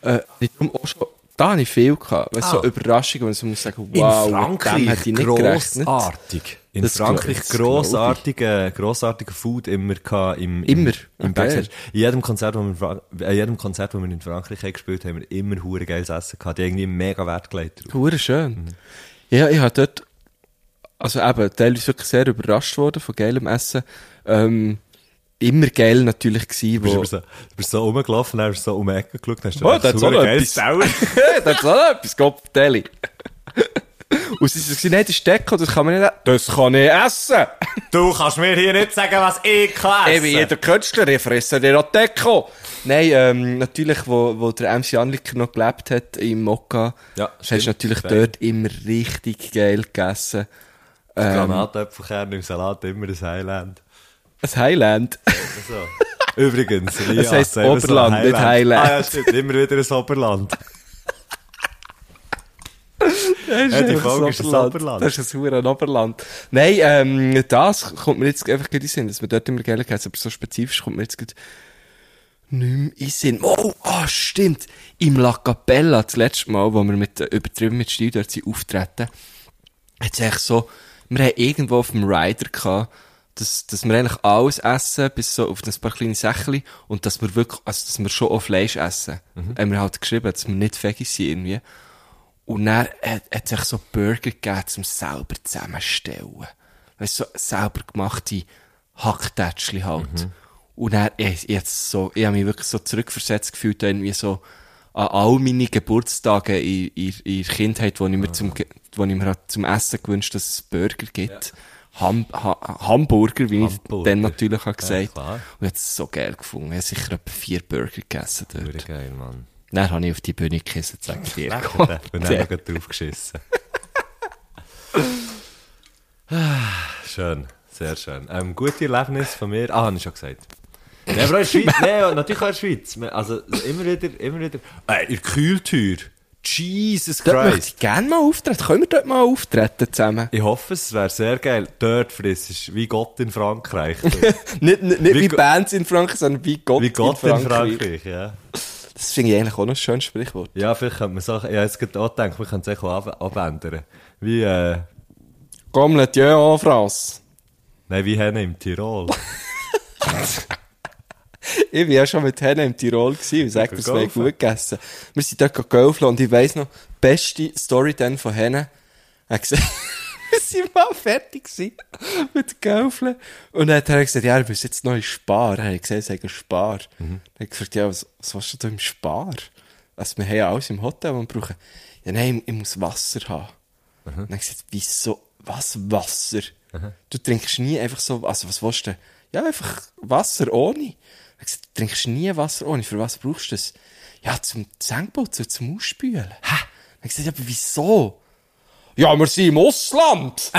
S6: Äh, darum auch schon, da habe ich viel gehabt. Weißt,
S1: Ah.
S6: so Überraschungen, wenn man muss sagen, wow, mit dem hätte ich nicht gerechnet.
S1: grossartig. In
S6: Das
S1: Frankreich
S6: glaub- das glaub ich.
S1: grossartige, grossartige Food immer gehabt im, im,
S6: Immer?
S1: im
S6: Ah,
S1: Backstage.
S6: geil.
S1: In jedem Konzert, wo wir, in Fra- äh, jedem Konzert, wo wir in Frankreich haben gespielt haben, wir immer hure geiles Essen gehabt. Die haben irgendwie mega Wert gelegt drauf.
S6: Hure schön.
S1: Mhm.
S6: Ja, ich habe dort, also eben, teilweise wirklich sehr überrascht worden von geilem Essen. Ähm, immer geil natürlich gewesen,
S1: Du
S6: wo...
S1: bist, immer so, du bist so rumgelaufen, dann hast du so um die Ecke geschaut, dann hast du
S6: Oh,
S1: gedacht,
S6: das ist
S1: hure
S6: auch noch
S1: geiles Sauer.
S6: Hey, das ist auch noch etwas, Gott, Deli. Und sie sagen, nein, das ist Deko, das kann man nicht, e- das kann ich essen.
S1: Du kannst mir hier nicht sagen, was ich kann
S6: Eben,
S1: essen.
S6: jeder Künstler, ich fresse dir noch Deko. Nein, ähm, natürlich, wo, wo der MC Anliker noch gelebt hat, im Mokka,
S1: Ja,
S6: hast du
S1: stimmt.
S6: natürlich
S1: Geil.
S6: dort immer richtig geil gegessen.
S1: Ähm. Granatäpfelkerne im Salat, immer ein Highland.
S6: Ein Highland.
S1: So. Übrigens,
S6: Das
S1: Elias,
S6: heisst
S1: immer so
S6: Oberland, nicht Highland.
S1: Ah ja, stimmt, immer wieder ein Oberland. Ja, die Folge ist das Oberland.
S6: Das ist ein Huren Oberland. Nein, ähm, das kommt mir jetzt einfach gut in den Sinn, dass wir dort immer geil haben, aber so spezifisch kommt mir jetzt gut nicht mehr in den Sinn. Oh, ah, stimmt. Im La Capella, das letzte Mal, wo wir mit, äh, übertrieben mit Stil dort sind auftreten, hat es echt so, wir haben irgendwo auf dem Rider gehabt, dass, dass wir eigentlich alles essen, bis so auf ein paar kleine Säckchen, und dass wir wirklich, also, dass wir schon auch Fleisch essen.
S1: Mhm.
S6: Haben wir halt geschrieben, dass wir nicht Veggies sind irgendwie. Und dann hat, hat sich so Burger gegeben, zum selber zusammenstellen. Weißt du, so selber gemachte Hacktätschli halt.
S1: Mhm.
S6: Und dann, ich, ich, hat's so, ich habe mich wirklich so zurückversetzt gefühlt, irgendwie so an all meine Geburtstage in, in, in der Kindheit, wo ich
S1: Ah.
S6: mir, zum, Ge- wo ich mir halt zum Essen gewünscht dass es Burger gibt. Ham, ha, Hamburger, wie ich
S1: Hamburger.
S6: dann natürlich habe gesagt
S1: klar.
S6: habe. Und ich hab's so geil gefunden. Ich habe sicher etwa vier Burger gegessen dort.
S1: Hure geil, Mann.
S6: Dann habe ich auf die Bühne gegessen, sag ich dir.
S1: Und dann noch drauf geschissen. schön, sehr schön. Ähm, gute Erlebnis von mir. Ah, habe ich schon gesagt. Nein, aber auch in der Schweiz. Nein, natürlich auch in der Schweiz. Man- Also immer wieder, immer wieder. Äh, ihr Kühltür. Jesus
S6: Dort möchte
S1: Christ.
S6: ich gerne mal auftreten. Können wir dort mal auftreten zusammen?
S1: Ich hoffe, es wäre sehr geil. Dort frissest wie Gott in Frankreich.
S6: Nicht, nicht, nicht
S1: Wie
S6: wie,
S1: Go-
S6: Bands in Frankreich, sondern wie Gott,
S1: wie Gott
S6: in, Frankreich.
S1: ja.
S6: Das finde ich eigentlich auch noch ein schönes Sprichwort.
S1: Ja, vielleicht könnte man sagen, ja, jetzt gerade auch gedacht, wir können es echt auch ab- abändern. Wie, äh,
S6: Comme le Dieu en France.
S1: nein, wie Henne im Tirol.
S6: Ich war ja schon mit Henne im Tirol gewesen und sagte, das wäre
S1: golfen.
S6: gut gegessen. Wir sind dort golfen und ich weiss noch, die beste Story dann von Henne. Er hat gesagt, wir sind mal fertig gewesen mit golfen. Und dann hat er gesagt, ja, wir müssen jetzt noch in Spar. Er hat gesehen, sagen Spar. Dann hat er gesagt, ja, was, was willst du da im Spar? Also, wir haben ja alles im Hotel, was wir brauchen. Ja, nein, ich, ich muss Wasser haben. Und dann habe ich gesagt, wieso, was Wasser? Du trinkst nie einfach so, also was willst du denn? Ja, einfach Wasser ohne. Ich habe gesagt, du trinkst nie Wasser ohne, für was brauchst du das? Ja, zum Zähneputzen, zum Ausspülen. Hä? Dann habe ich gesagt, ja, aber wieso? Ja, wir sind im Ausland.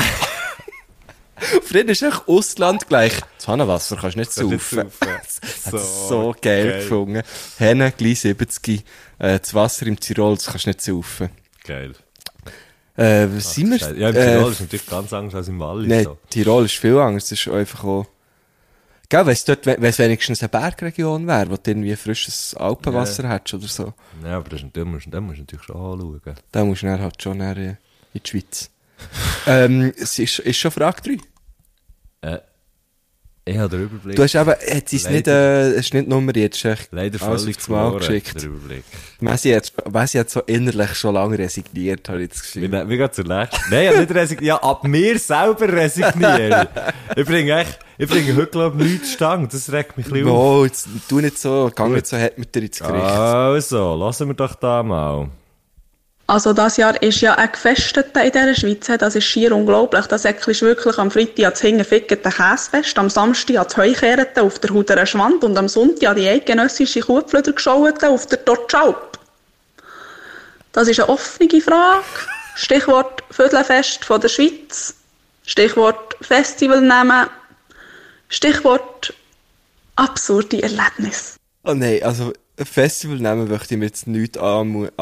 S6: Fred ist echt Ausland gleich. Das Hannenwasser kannst du nicht saufen. Das hat so geil gefunden. Hennen, gleich 70, äh, das Wasser im Tirol, das kannst du nicht saufen.
S1: geil.
S6: Äh, sind wir,
S1: Ja, im
S6: äh,
S1: Tirol Ah, ist natürlich ganz anders als im Wallis.
S6: Nein,
S1: So.
S6: Tirol ist viel anders. Das ist einfach auch. Gell, wenn es dort, wenn es wenigstens eine Bergregion wäre, wo du irgendwie frisches Alpenwasser hättest oder so,
S1: Ja, aber das, ist- das, musst, das musst du natürlich schon anschauen.
S6: dann musst du dann halt schon dann, äh, in die Schweiz. ähm, es ist, ist schon Frage 3.
S1: Ich habe den Überblick.
S6: Du hast eben, hat es nicht, äh, es ist nicht Nummer jetzt, echt
S1: leider
S6: alles
S1: völlig
S6: aufs Mal
S1: verloren,
S6: geschickt.
S1: den Überblick.
S6: Messi hat, Messi hat so innerlich schon lange resigniert, habe ich das
S1: Wir, ne-
S6: Gefühl.
S1: wir gehen zur nächsten. Nein, ich hab nicht resigniert. Ja, ab mir selber resigniere ich. Ich bringe echt, ich bringe heute, glaube ich, Leute Stange. Das regt mich ein bisschen auf.
S6: Oh, jetzt, tu nicht so, geh nicht so hart mit dir ins
S1: Ah.
S6: Gericht.
S1: Also, lassen wir doch da mal.
S8: Also das Jahr ist ja ein Gefesteter in dieser Schweiz. Das ist schier unglaublich. Das ist wirklich am Freitag an das Hingenficken den Käsefest, am Samstag an das Heukehrete auf der Huderen Schwand und am Sonntag an die eidgenössische Kuhpflöder geschaut auf der Totschalp. Das ist eine offene Frage. Stichwort Vödelfest von der Schweiz. Stichwort Festival nehmen. Stichwort absurde Erlebnisse.
S6: Oh nein, also Festivalnamen möchte ich mir jetzt nicht anmu-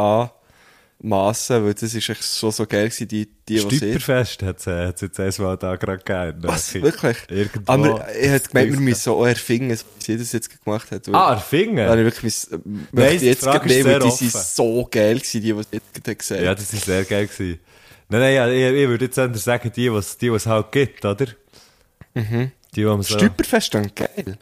S6: anmassen, weil das ist echt schon so geil gewesen, die, die, was ich...
S1: Stüpperfest hat es äh, jetzt erstmal da gerade gegeben.
S6: Was,
S1: Ich-
S6: wirklich?
S1: Irgendwo.
S6: Aber ich hätte gemeint, wir müssen auch erfinden, so wie sie das jetzt gemacht hat. weil-
S1: Ah,
S6: Da habe
S1: Erfingen?
S6: ich wirklich mis- möchte ich
S1: die
S6: jetzt
S1: Frage
S6: gerade nehmen,
S1: ist
S6: weil die
S1: sehr
S6: sind
S1: offen.
S6: so geil gewesen, die, was ich jetzt gerade gesagt
S1: Ja,
S6: habe.
S1: das war sehr geil. Gewesen. Nein, nein, ja, ich, ich würde jetzt eher sagen, die, was die, was es halt gibt, oder? Mhm.
S6: Mhm.
S1: Die, die man so...
S6: Stüpperfest dann geil.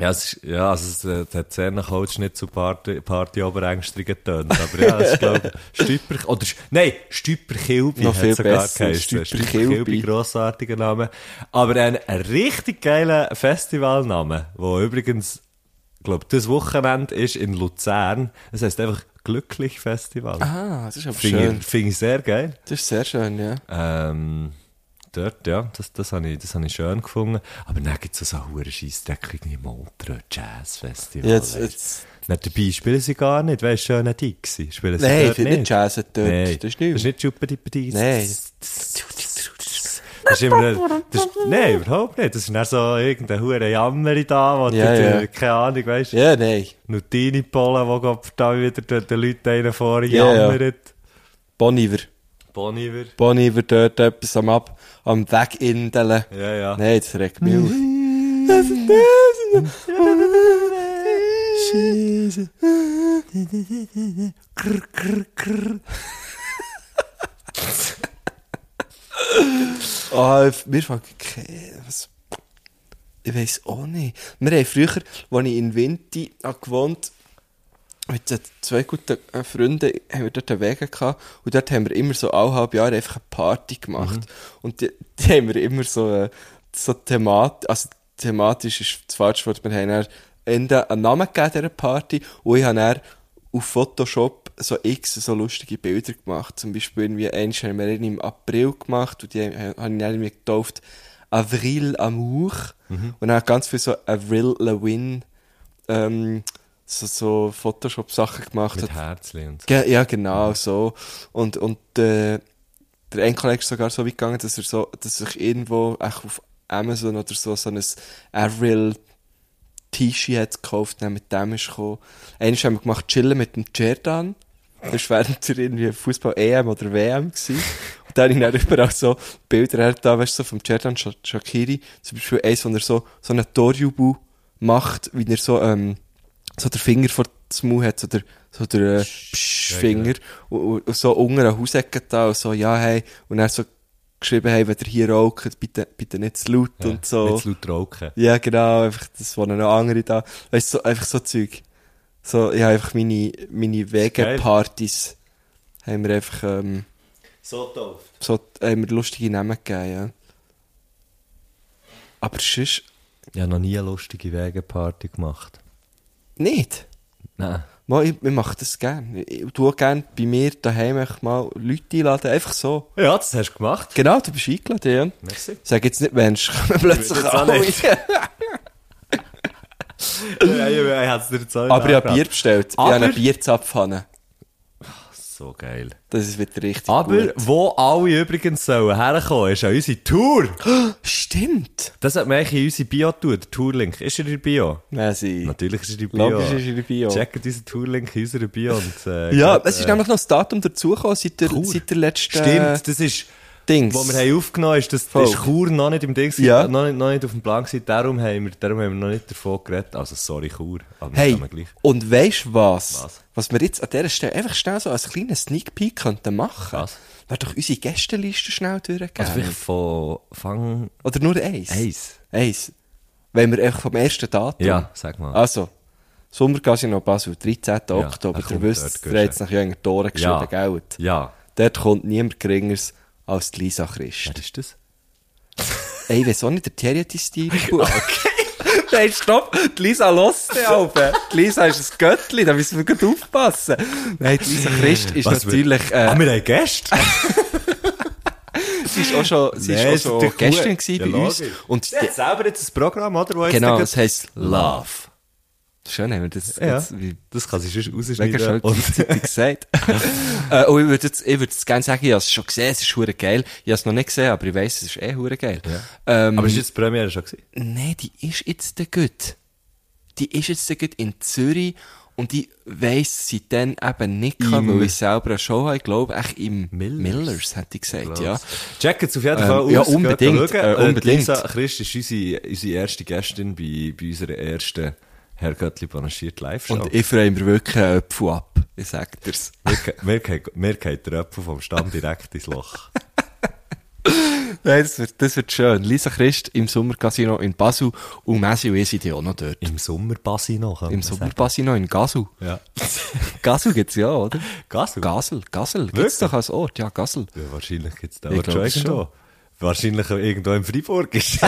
S1: Ja, es ist, ja, also es, äh, es hat sehr nach Holzschnitt zu Party, Party Oberängstrig getönt, aber ja, es ist, glaube ich, Stüper, oder, Sch- nein, Stüperkilbi
S6: Noch
S1: hat
S6: viel
S1: es sogar
S6: besser,
S1: geheißen.
S6: Stüperkilbi.
S1: Stüperkilbi, grossartiger Name. Aber ein, ein richtig geiler Festivalname, wo übrigens, glaube das Wochenende ist in Luzern. Es heisst einfach Glücklich Festival.
S6: Ah, das ist aber
S1: Finde
S6: schön.
S1: ich, find ich sehr geil.
S6: Das ist sehr schön, ja.
S1: Ähm, dort, ja, das, das habe ich, das habe ich schön gefunden. Aber dann gibt es so einen hohen Scheissdreck wie im Montreux Jazz Festival.
S6: Jetzt,
S1: weisst.
S6: jetzt,
S1: Nein, dabei spielen sie gar nicht, weißt du, schön Dixie. Spielen sie
S6: nein, ich
S1: dort
S6: finde nicht Jazz dort.
S1: Nein,
S6: Das ist nicht.
S1: Das ist nicht Schuppedippadis.
S6: Nein.
S1: Das ist immer, das ist, nein, überhaupt nicht. Das ist dann so irgendein hoher Jammer da, wo
S6: Ja,
S1: du, du-
S6: ja.
S1: keine Ahnung, weißt du,
S6: Ja, nein.
S1: Nutini-Pollen, wo da wieder den den Leuten einen
S6: Ja, ja.
S1: vorjammert.
S6: Bon Iver.
S1: Boniver.
S6: Bonnie wird dort etwas am, Ab am Wegindeln.
S1: Ja, ja.
S6: Nein, jetzt regt mich auf. Ah, ich- mir fällt kein- was. Ich weiß auch nicht. Wir haben früher, als ich in Winti habe gewohnt mit den zwei guten äh, Freunden haben wir dort einen Weg gehabt und dort haben wir immer so alle halb Jahre einfach eine Party gemacht. Und die, die haben wir immer so, äh, so thematisch, also thematisch ist das falsche Wort, wir haben dann Ende einen Namen gegeben dieser Party und ich habe dann auf Photoshop so x so lustige Bilder gemacht. Zum Beispiel irgendwie eins haben wir einen im April gemacht und die haben- habe ich dann irgendwie getauft Avril Amour und dann ganz viel so Avril Lewin ähm, so, so Photoshop-Sachen gemacht
S1: Mit
S6: hat.
S1: Herzli und
S6: Ge ja, genau, so. Und, und äh, der Enkel ist sogar so weit gegangen, dass er so, dass ich irgendwo auch auf Amazon oder so so ein Avril T-Shirt hat gekauft, dann mit dem ist gekommen. Eines haben wir gemacht, chillen mit dem Jordan. Das war während der irgendwie Fußball-EM oder WM gewesen. Und dann habe ich dann überall so Bilder da, weißt du, so vom Jordan Sha- Shakiri. Zum Beispiel eins, wo er so, so einen Torjubu macht, wie er so, ähm, so der Finger vor dem Mund hat, so der, so der äh, Psch-Finger, und, und so unter einer Hausecke da, und so, ja, hey, und dann so geschrieben, hey, wenn ihr hier raucht, bitte, bitte nicht zu laut und so.
S1: Nicht zu laut rauchen.
S6: Ja, genau, einfach das, was noch andere da. Weißt du, so, einfach so Zeug. So, ja, einfach meine, meine Wege-Partys haben wir einfach, ähm,
S1: So doof.
S6: so, haben wir lustige Namen gegeben, ja. Aber sonst
S1: Ich habe noch nie eine lustige Wegenparty gemacht.
S6: nicht.
S1: Nein.
S6: Mal, ich, ich mache das gerne. Ich ich tue gerne bei mir daheim einfach mal Leute einladen, einfach so.
S1: Ja, das hast du gemacht.
S6: Genau, du bist eingeladen, ja.
S1: Merci.
S6: Sag jetzt nicht, Mensch, kommen plötzlich
S1: jetzt auch
S6: alle.
S1: nicht. ja, ja, ja, ich hab's dir erzählt.
S6: Aber ich habe Bier bestellt. Ich habe
S1: Aber-
S6: einen Bierzapfhahn.
S1: So geil.
S6: Das ist wieder richtig
S1: Aber
S6: gut.
S1: wo alle übrigens sollen herkommen, ist ja unsere Tour.
S6: Stimmt!
S1: Das hat man eigentlich in unsere Bio tun, der Tourlink. Ist er in der Bio?
S6: Nein, sie.
S1: Natürlich ist er in der Bio.
S6: Logisch ist in der Bio.
S1: Checkt unseren Tourlink in unserer Bio. Und, äh,
S6: Ja,
S1: geht,
S6: es ist
S1: äh,
S6: nämlich noch das Datum dazugekommen seit der,
S1: Chur.
S6: seit der letzten
S1: Stimmt, das ist...
S6: Dings.
S1: Wo wir haben aufgenommen haben, das,
S6: Voll.
S1: das ist Chur noch nicht im Ding, gewesen,
S6: Ja.
S1: noch, nicht, noch nicht auf dem Plan gewesen, darum haben, wir, darum haben wir noch nicht davon geredet. Also sorry Chur, aber
S6: Hey,
S1: wir kommen gleich.
S6: und weißt du was?
S1: Was?
S6: was? wir jetzt an dieser Stelle einfach schnell so als kleinen Sneak Peek könnten machen.
S1: Was?
S6: Wäre doch unsere Gästeliste schnell durchgegeben.
S1: Also vielleicht von Fang
S6: Oder nur eins?
S1: Eis.
S6: Eins. Wenn wir einfach vom ersten Datum.
S1: Ja, sag mal.
S6: Also, Sommercasino Basel, 13.
S1: er
S6: Oktober. Ihr
S1: kommt
S6: wisst,
S1: dort,
S6: ihr habt es nach Jünger Toren geschrieben,
S1: Ja.
S6: gell?
S1: Ja.
S6: Dort kommt niemand Geringeres als die Lisa Christ.
S1: Wer ist das?
S6: Ey, ich weiss auch nicht, der Terry hat dein Stil gebucht. Nein, stopp! Die Lisa lässt den Alben. Die Lisa ist ein Göttli, da müssen wir gut aufpassen. Nein, die Lisa Christ ist
S1: Was wird-
S6: natürlich...
S1: ah,
S6: Äh,
S1: wir haben Gäste!
S6: sie ist auch schon, sie
S1: Nein,
S6: ist auch
S1: ist
S6: schon
S1: doch
S6: gestern
S1: gut.
S6: gewesen
S1: Ja,
S6: bei uns.
S1: logisch.
S6: Und
S1: Sie hat
S6: die,
S1: selber jetzt ein Programm, oder? Wo jetzt
S6: genau,
S1: da
S6: es heisst Love. Schön haben wir das
S1: Ja.
S6: jetzt wie
S1: Das kann sich sonst
S6: mega
S1: rausschneiden.
S6: schön gleichzeitig gesagt. äh, und ich würde jetzt, ich würde jetzt gerne sagen, ich habe es schon gesehen, es ist hure geil. Ich habe es noch nicht gesehen, aber ich weiss, es ist eh hure geil. Ähm,
S1: aber ist jetzt die Premiere schon gewesen?
S6: Nein, die ist jetzt der gut. Die ist jetzt der gut in Zürich und ich weiss sie dann eben nicht kann, weil ich selber eine Show habe, ich glaube, echt im
S1: Millers.
S6: Millers, hätte ich gesagt, ja.
S1: Checkt es auf jeden
S6: Ähm,
S1: Fall
S6: ja,
S1: aus. geht
S6: unbedingt,
S1: da schauen.
S6: äh,
S1: Äh,
S6: unbedingt.
S1: Lisa Christ ist unsere, unsere erste Gästin bei, bei unserer ersten Herr Göttli panaschiert Live-Show.
S6: Und ich freue mich wirklich einen Öpfel ab, ich sag dir's.
S1: Mir ge- Mir geht- mir geht der Apfel vom Stamm direkt ins Loch.
S6: Nein, das wird, das wird schön. Lisa Christ im Sommercasino in Basel und Messi und ich sind ja auch noch dort.
S1: Im Sommer Bassi noch.
S6: Im Sommercasino in Gasel.
S1: Ja.
S6: Gasel gibt's ja, oder?
S1: Gasel?
S6: Gasel, Gasel.
S1: Wirklich?
S6: Gibt's doch als Ort, ja, Gasel.
S1: ja, wahrscheinlich gibt es da
S6: Ich
S1: aber schon
S6: glaub schon.
S1: irgendwo. Wahrscheinlich irgendwo in Freiburg ist.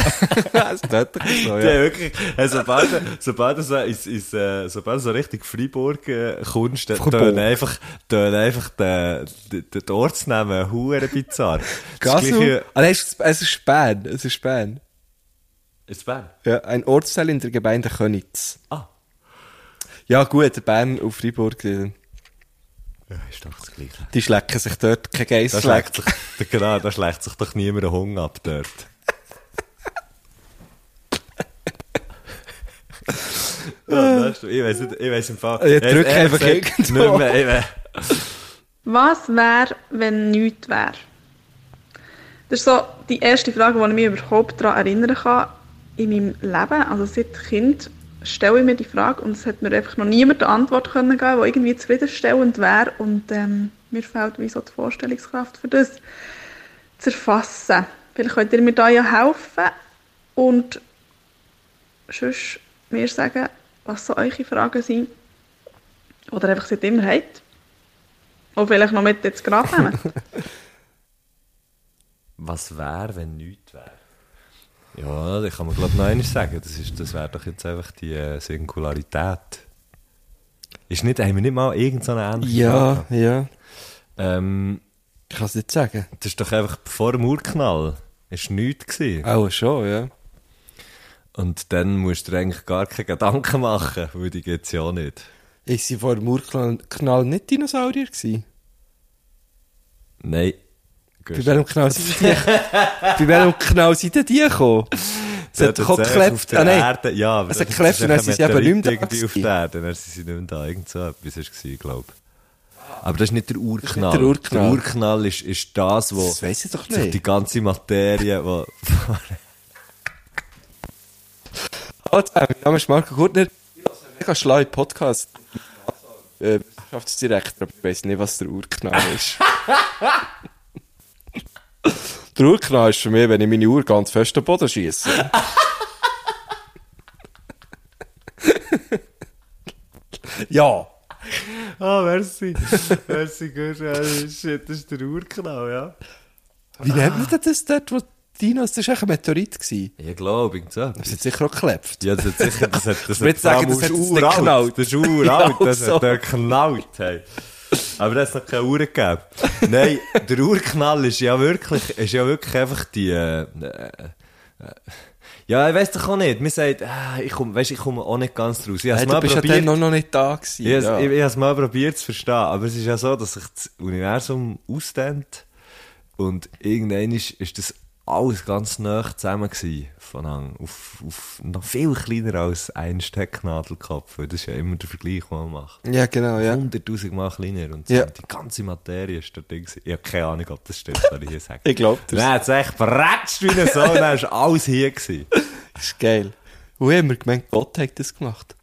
S6: das ist dort so,
S1: Ja, wirklich. Hey, sobald, sobald, du so, ins, ins, äh, sobald du so richtig Freiburg äh, kommst, dann
S6: Freiburg.
S1: tönen einfach, tönen einfach den, den, den Ortsnamen hure bizarr. Das
S6: Gasel?
S1: gleiche...
S6: Ah, nein, es ist- es ist Span, es ist Span.
S1: Ist Bern?
S6: Ja, ein Ortsteil in der Gemeinde Könitz.
S1: Ah.
S6: Ja, gut, der Bern und Freiburg, die,
S1: Ja, ist doch das gleiche.
S6: die schlecken sich dort kein
S1: Da
S6: Geist
S1: schlägt
S6: schlägt.
S1: sich, da- genau, da schlägt sich doch niemand ein Hunger ab dort. ja, das ist, ich weiß nicht, ich weiß im Fall.
S6: Ja, drück
S1: ehrlich
S6: einfach
S1: gesagt
S6: irgendwo.
S1: Nicht mehr, ich, we-
S8: Was wäre, wenn nichts wäre? Das ist so die erste Frage, die ich mich überhaupt daran erinnern kann in meinem Leben. Also seit Kind stelle ich mir die Frage und es hat mir einfach noch niemand eine Antwort können geben, die irgendwie zufriedenstellend wäre. Und ähm, mir fehlt wie so die Vorstellungskraft für das zu erfassen. Vielleicht könnt ihr mir da ja helfen und sonst mir sagen, was so eure Fragen sind oder einfach seit immer habt. Und Oh, vielleicht noch mit jetzt gerade nehmen.
S1: Was wäre, wenn nichts wäre? Ja, das kann man glaube ich noch einmal sagen. Das, ist- das wäre doch jetzt einfach die äh, Singularität. Ist nicht, haben wir nicht mal irgendeine ähnliche
S6: Ja,
S1: Frage?
S6: ja.
S1: Ähm,
S6: Ich kann es nicht sagen.
S1: das ist doch einfach vor dem Urknall. Ist nichts gewesen.
S6: Auch schon, ja.
S1: Und dann musst du dir eigentlich gar keine Gedanken machen, weil die gibt es ja auch nicht.
S6: Ich war vor dem Urknall nicht Dinosaurier. Gewesen.
S1: Nein.
S6: Bei welchem Knall sind denn die? Bei welchem Knall sind denn die gekommen? Es
S1: Ja,
S6: hat doch auch
S1: tatsächlich auf
S6: geklebt.
S1: der
S6: Ah, nein.
S1: Erde, ja, aber
S6: Es
S1: das
S6: hat geklebt
S1: ist
S6: und
S1: ein
S6: dann sind sie eben
S1: Meteorit
S6: nicht mehr da
S1: irgendwie auf
S6: gewesen.
S1: der Erde, dann sind sie nicht mehr da. Irgend so etwas war es, glaube ich. Aber das ist nicht der Urknall.
S6: der Urknall.
S1: Der Urknall ist, ist das, wo
S6: Das weiss ich doch
S1: sich die
S6: nicht.
S1: ganze Materie, wo,
S6: Hallo zusammen, mein Name ist Marco Gurtner. Ich höre einen mega schlauen Podcast. Äh, Wissenschaftsdirektor, aber ich weiss nicht, was der Urknall ist. der Urknall ist für mich, wenn ich meine Uhr ganz fest am Boden schiesse. ja.
S1: Ah, merci. merci, gut. Shit, das ist der Urknall, ja.
S6: Wie nennt man denn das dort, wo Dinos, das war echt ein Meteorit. gewesen.
S1: Ich glaube, irgend so.
S6: Das hat sicher auch geklebt.
S1: Ja, das hat sicher, das hat, das
S6: Ich würde sagen, das hat es nicht
S1: uralt.
S6: geknallt.
S1: Das ist uralt,
S6: Ja,
S1: das
S6: so.
S1: hat dort geknallt, hey. Aber das hat noch keine Uhr gegeben. Nein, der Urknall ist ja wirklich, ist ja wirklich einfach die, äh, äh, ja, ich weiss doch auch nicht. Man sagt, ah, ich komme, weiss, ich komme auch nicht ganz draus. Ich hab's
S6: Hey,
S1: mal
S6: du Also, bist ja
S1: probiert.
S6: dann noch, noch nicht da gewesen.
S1: Ich,
S6: ja.
S1: ja. ich, ich habe es mal probiert zu verstehen, aber es ist ja so, dass sich das Universum ausdehnt und irgendwann ist, ist das alles ganz nah zusammen gewesen, von an, auf, auf noch viel kleiner als ein Stecknadelkopf, weil das ist ja immer der Vergleich, den man macht.
S6: ja, genau, ja.
S1: Hunderttausend Mal kleiner und
S6: Ja.
S1: die ganze Materie ist dort drin gewesen. Ich habe keine Ahnung, ob das stimmt, was ich hier sage.
S6: Ich glaub das.
S1: Dann hat es echt bratscht wie ein Sohn, dann ist alles hier gewesen.
S6: Das ist geil. Und ich hab mir gemeint, Gott hat das gemacht.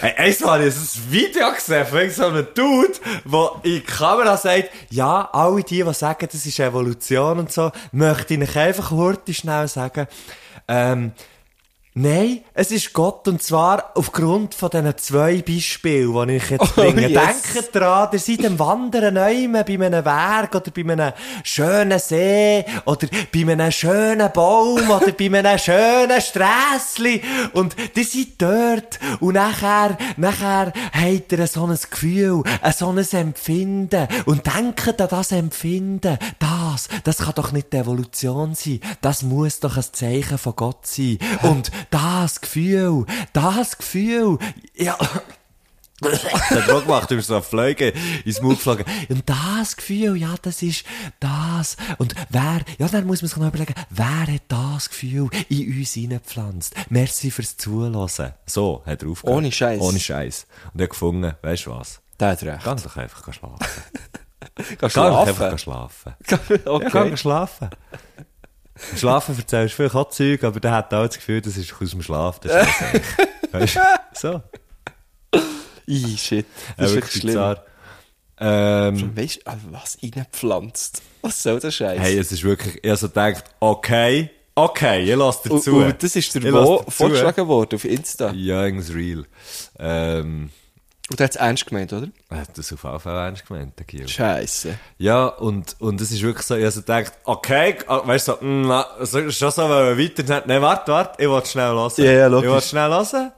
S1: Hey, eins Mal habe ich ein Video gesehen von irgend so einem Dude, der in die Kamera sagt, ja, alle die, die sagen, das ist Evolution und so, möchte ich euch einfach heute schnell sagen, ähm, nein, es ist Gott und zwar aufgrund von diesen zwei Beispielen, die ich jetzt bringe.
S6: yes.
S1: Denkt dran, ihr seid am Wandern neume bei einem Berg oder bei einem schönen See oder bei einem schönen Baum oder bei einem schönen Strässli und die seid dort und nachher, nachher habt ihr so ein Gefühl, so ein Empfinden und denkt an das Empfinden. Das, das kann doch nicht die Evolution sein. Das muss doch ein Zeichen von Gott sein. Und das Gefühl, das Gefühl, ja... Der Druck gemacht, du bist so Flüge ins Mund geflogen. Und das Gefühl, ja, das ist das. Und wer, ja, dann muss man sich noch überlegen, wer hat das Gefühl in uns hineingepflanzt? Merci fürs Zuhören. So, hat er aufgehört.
S6: Ohne Scheiß.
S1: Ohne Scheiß. Und er hat gefunden, weißt du was?
S6: Der hat recht.
S1: Ganz doch einfach schlafen.
S6: Kannst
S1: Ganz einfach schlafen. Ja,
S6: Okay.
S1: geh schlafen. Im Schlafen erzählst du vielleicht auch Zeug, aber der hat auch das Gefühl, das ist aus dem Schlaf. Das ist weißt du? So.
S6: Ih, shit.
S1: Das
S6: Das
S1: äh,
S6: ist wirklich
S1: wirklich
S6: schlimm.
S1: bizarr. Ähm,
S6: Weißt du, an was reingepflanzt? Was soll der Scheiß?
S1: Hey, es ist wirklich, ich also gedacht, okay, okay, ich lasse dir
S6: und,
S1: zu.
S6: und das ist
S1: Ich
S6: der
S1: lass
S6: Wo
S1: dir zu.
S6: vorgeschlagen worden auf Insta.
S1: Ja, irgendwas real. Ähm,
S6: Und der hat es ernst gemeint, oder?
S1: er hat das auf jeden Fall ernst gemeint, der Gil.
S6: Scheiße.
S1: Ja, und, und es ist wirklich so, ich also gedacht, okay, ah, weißt du, so, mm, na, so, schon so, wenn wir weiter, nein, warte, warte, ich will schnell hören.
S6: Ja, ja, logisch.
S1: Ich will schnell hören.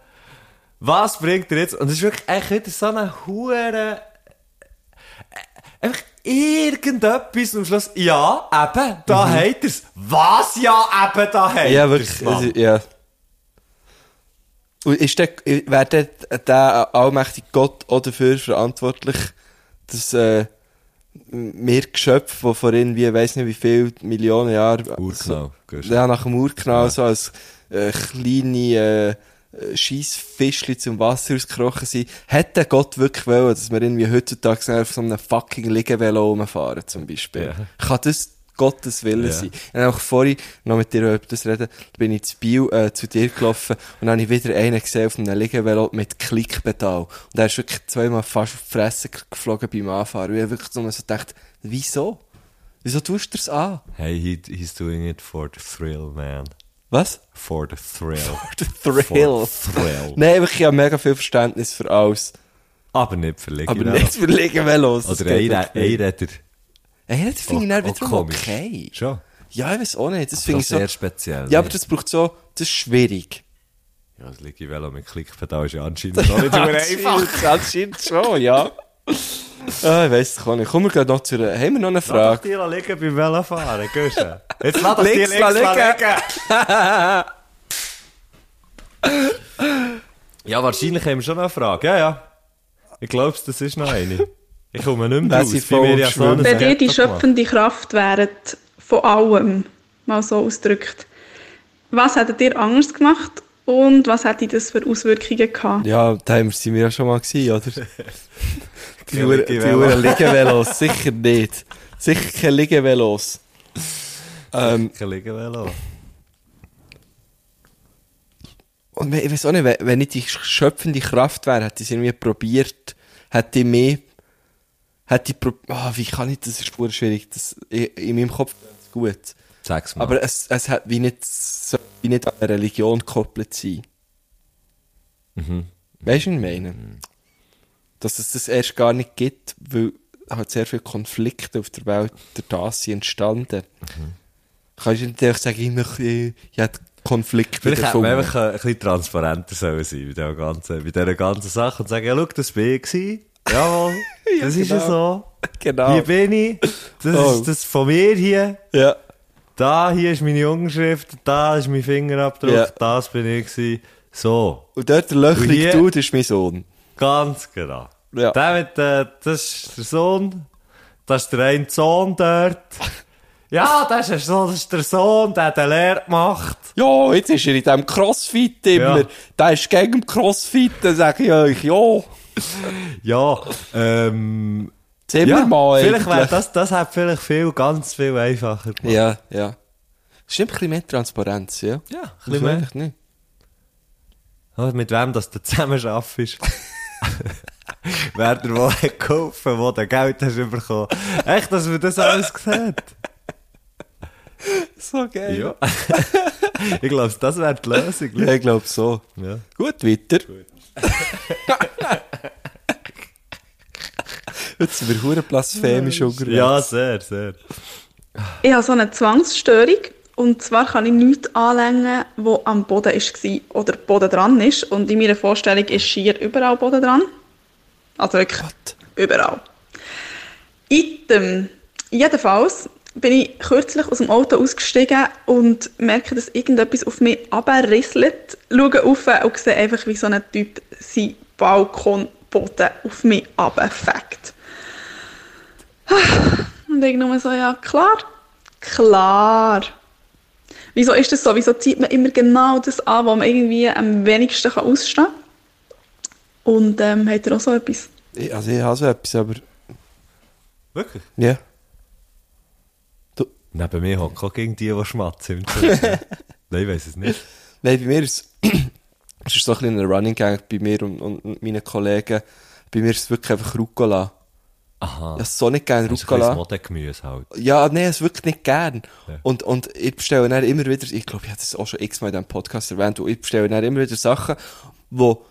S1: Was bringt dir jetzt? Und es ist wirklich echt wieder so eine hure äh, einfach irgendetwas und am Schluss, ja, eben, da mhm. hat er's. Was, ja, eben, da hat
S6: ja,
S1: er's,
S6: wirklich.
S1: Mann.
S6: Also, ja. Und ist der, äh, wäre der, der allmächtige Gott auch dafür verantwortlich, dass äh, wir Geschöpfe, die vor irgendwie, weiss nicht wie viel Millionen also, Jahren
S1: Urknall, gehst du.
S6: Ja, nach dem Urknall so als äh, kleine scheiß Fischli zum Wasser ausgekrochen sind, hätte Gott wirklich wollen, dass wir irgendwie heutzutage schnell auf so einem fucking Liegevelo rumfahren, zum Beispiel. Kann das Gottes Willen
S1: Ja.
S6: sein? Und auch vorhin noch mit dir über das reden, da bin ich zu Biel, äh, zu dir gelaufen und dann habe ich wieder einen gesehen auf einem Liegevelo mit Klickpedal. Und er ist wirklich zweimal fast auf die Fresse ge- geflogen beim Anfahren. Und ich habe wirklich so gedacht, wieso? Wieso tust du das an?
S1: Hey, he, he's doing it for the thrill, man.
S6: Was?
S1: For the thrill.
S6: Der Thrill.
S1: For thrill.
S6: Nein, wirklich, ich habe mega viel Verständnis für alles.
S1: Aber nicht für Liga.
S6: Aber nicht für Liegevelos. das
S1: Oder
S6: geht wirklich
S1: Einre-
S6: nicht.
S1: Einräder.
S6: Ey, das finde ich dann
S1: Auch- auch
S6: wiederum
S1: komisch.
S6: okay.
S1: Schon.
S6: Ja, ich weiß auch nicht. Das
S1: Schon
S6: finde ich so...
S1: sehr speziell.
S6: Ja, aber das braucht so... Das ist schwierig.
S1: ja, das Liga-Velo mit Klickpedal ist ja anscheinend auch nicht so einfach.
S6: Anscheinend- Anscheinend schon, ja. ah, ich weiß es gar nicht. Kommen wir gleich noch zu einer... Haben wir noch eine
S1: Lass
S6: Frage?
S1: dich liegen beim Velofahren, gehst du? Jetzt lass doch die
S6: Links
S1: links
S6: lassen
S1: liegen. ja, wahrscheinlich haben wir schon noch eine Frage. Ja, ja. Ich glaube, das ist noch eine. Ich komme nicht mehr
S6: Das
S1: raus.
S6: ist
S1: bei
S6: voll
S1: mir ja so ein
S8: Wenn ihr die
S1: Ghetto gemacht.
S8: schöpfende Kraft wäret, von allem, mal so ausgedrückt, was hättet ihr anders gemacht und was hätte das für Auswirkungen gehabt?
S6: Ja, da haben wir- sind wir ja schon mal gewesen, oder? die
S1: Keine
S6: Uhren die
S1: Liegevelos.
S6: Uhren Liegevelos. Sicher nicht. Sicher keine Liegevelos. ähm,
S1: Kein Liegen-Velo.
S6: Und we- ich weiß auch nicht, we- wenn ich die sch- schöpfende Kraft wäre, hätte ich es irgendwie probiert, hätte ich mehr, hätte ich, prob- ah, wie kann ich, das ist pur schwierig, das, ich, in meinem Kopf ist gut.
S1: Sag's mal.
S6: Aber es, es hat wie nicht, so- wie nicht an eine Religion gekoppelt sein.
S1: Mhm.
S6: Weißt du, was ich meine? Dass es das erst gar nicht gibt, weil halt sehr viele Konflikte auf der Welt durch das sind entstanden.
S1: Mhm.
S6: Kannst du nicht einfach sagen, ich, möchte- ich, ich hätte Konflikte
S1: Vielleicht hätte man
S6: erfunden.
S1: einfach ein bisschen transparenter sollen sein bei dieser ganzen, bei dieser ganzen Sache und sagen, ja, schau, das war ich. gewesen. Jawohl,
S6: Ja,
S1: das ist ja so.
S6: Genau.
S1: Hier bin ich. Das
S6: Oh.
S1: ist das von mir hier.
S6: Ja.
S1: Da hier ist meine Unterschrift, da ist mein Fingerabdruck,
S6: Ja.
S1: das bin ich. Gewesen. So,
S6: Und dort der löchrig
S1: Und hier-
S6: Dude ist mein Sohn.
S1: ganz genau.
S6: Ja.
S1: Der mit, äh, das ist der Sohn, das ist der eine Sohn dort. Ja, das ist, der Sohn- das ist der Sohn, der den Lehr macht.
S6: Ja, jetzt ist er in diesem Crossfit immer.
S1: Ja.
S6: Der ist gegen den Crossfit, dann sage ich euch, ja.
S1: Ja, ähm,
S6: Zimmer
S1: ja,
S6: mal
S1: vielleicht wäre
S6: eigentlich.
S1: das, das hat vielleicht viel, ganz viel einfacher gemacht.
S6: Ja, ja. Stimmt, ein bisschen mehr Transparenz, ja.
S1: Ja, ein
S6: Das
S1: bisschen mehr.
S6: weiß ich nicht.
S1: Oh, mit wem das du zusammen arbeitest. Wer dir wohl hat geholfen, wo du Geld hast bekommen. Echt, dass man das alles sehen.
S6: So geil. Ja,
S1: Ich glaube, das wäre die Lösung.
S6: ja ich glaube so.
S1: Ja.
S6: Gut, weiter. jetzt sind wir hure blasphemisch unterwegs.
S1: ja, sehr, sehr.
S8: Ich habe so eine Zwangsstörung und zwar kann ich nichts anlängen, wo am Boden war oder Boden dran ist. Und in meiner Vorstellung ist schier überall Boden dran. Also wirklich überall. Item. Jedenfalls bin ich kürzlich aus dem Auto ausgestiegen und merke, dass irgendetwas auf mich runterrisselt. Schaue auf und sehe einfach, wie so ein Typ seinen Balkonboden auf mich runterfegt. Und ich nur so, ja, klar, klar. Wieso ist das so? Wieso zieht man immer genau das an, was man irgendwie am wenigsten kann ausstehen kann? Und ähm, hat er auch so etwas?
S6: Ich- Also ich habe so etwas, aber...
S1: Wirklich?
S6: Ja.
S1: Neben mir hockt auch gegen die, die schmatzen. im Zug. Nein, ich weiß es nicht.
S6: Nein, bei mir ist es es ist so ein bisschen ein Running Gang bei mir und, und, und meinen Kollegen. Bei mir ist es wirklich einfach Rucola.
S1: Aha.
S6: Ich habe so nicht gerne
S1: Das ist ein bisschen
S6: Rucola.
S1: Modegemüse halt.
S6: Ja, nein, es wirklich nicht gern.
S1: Ja.
S6: Und, und ich bestelle dann immer wieder, ich glaube, ich habe das auch schon x-mal in diesem Podcast erwähnt, und ich bestelle dann immer wieder Sachen, wo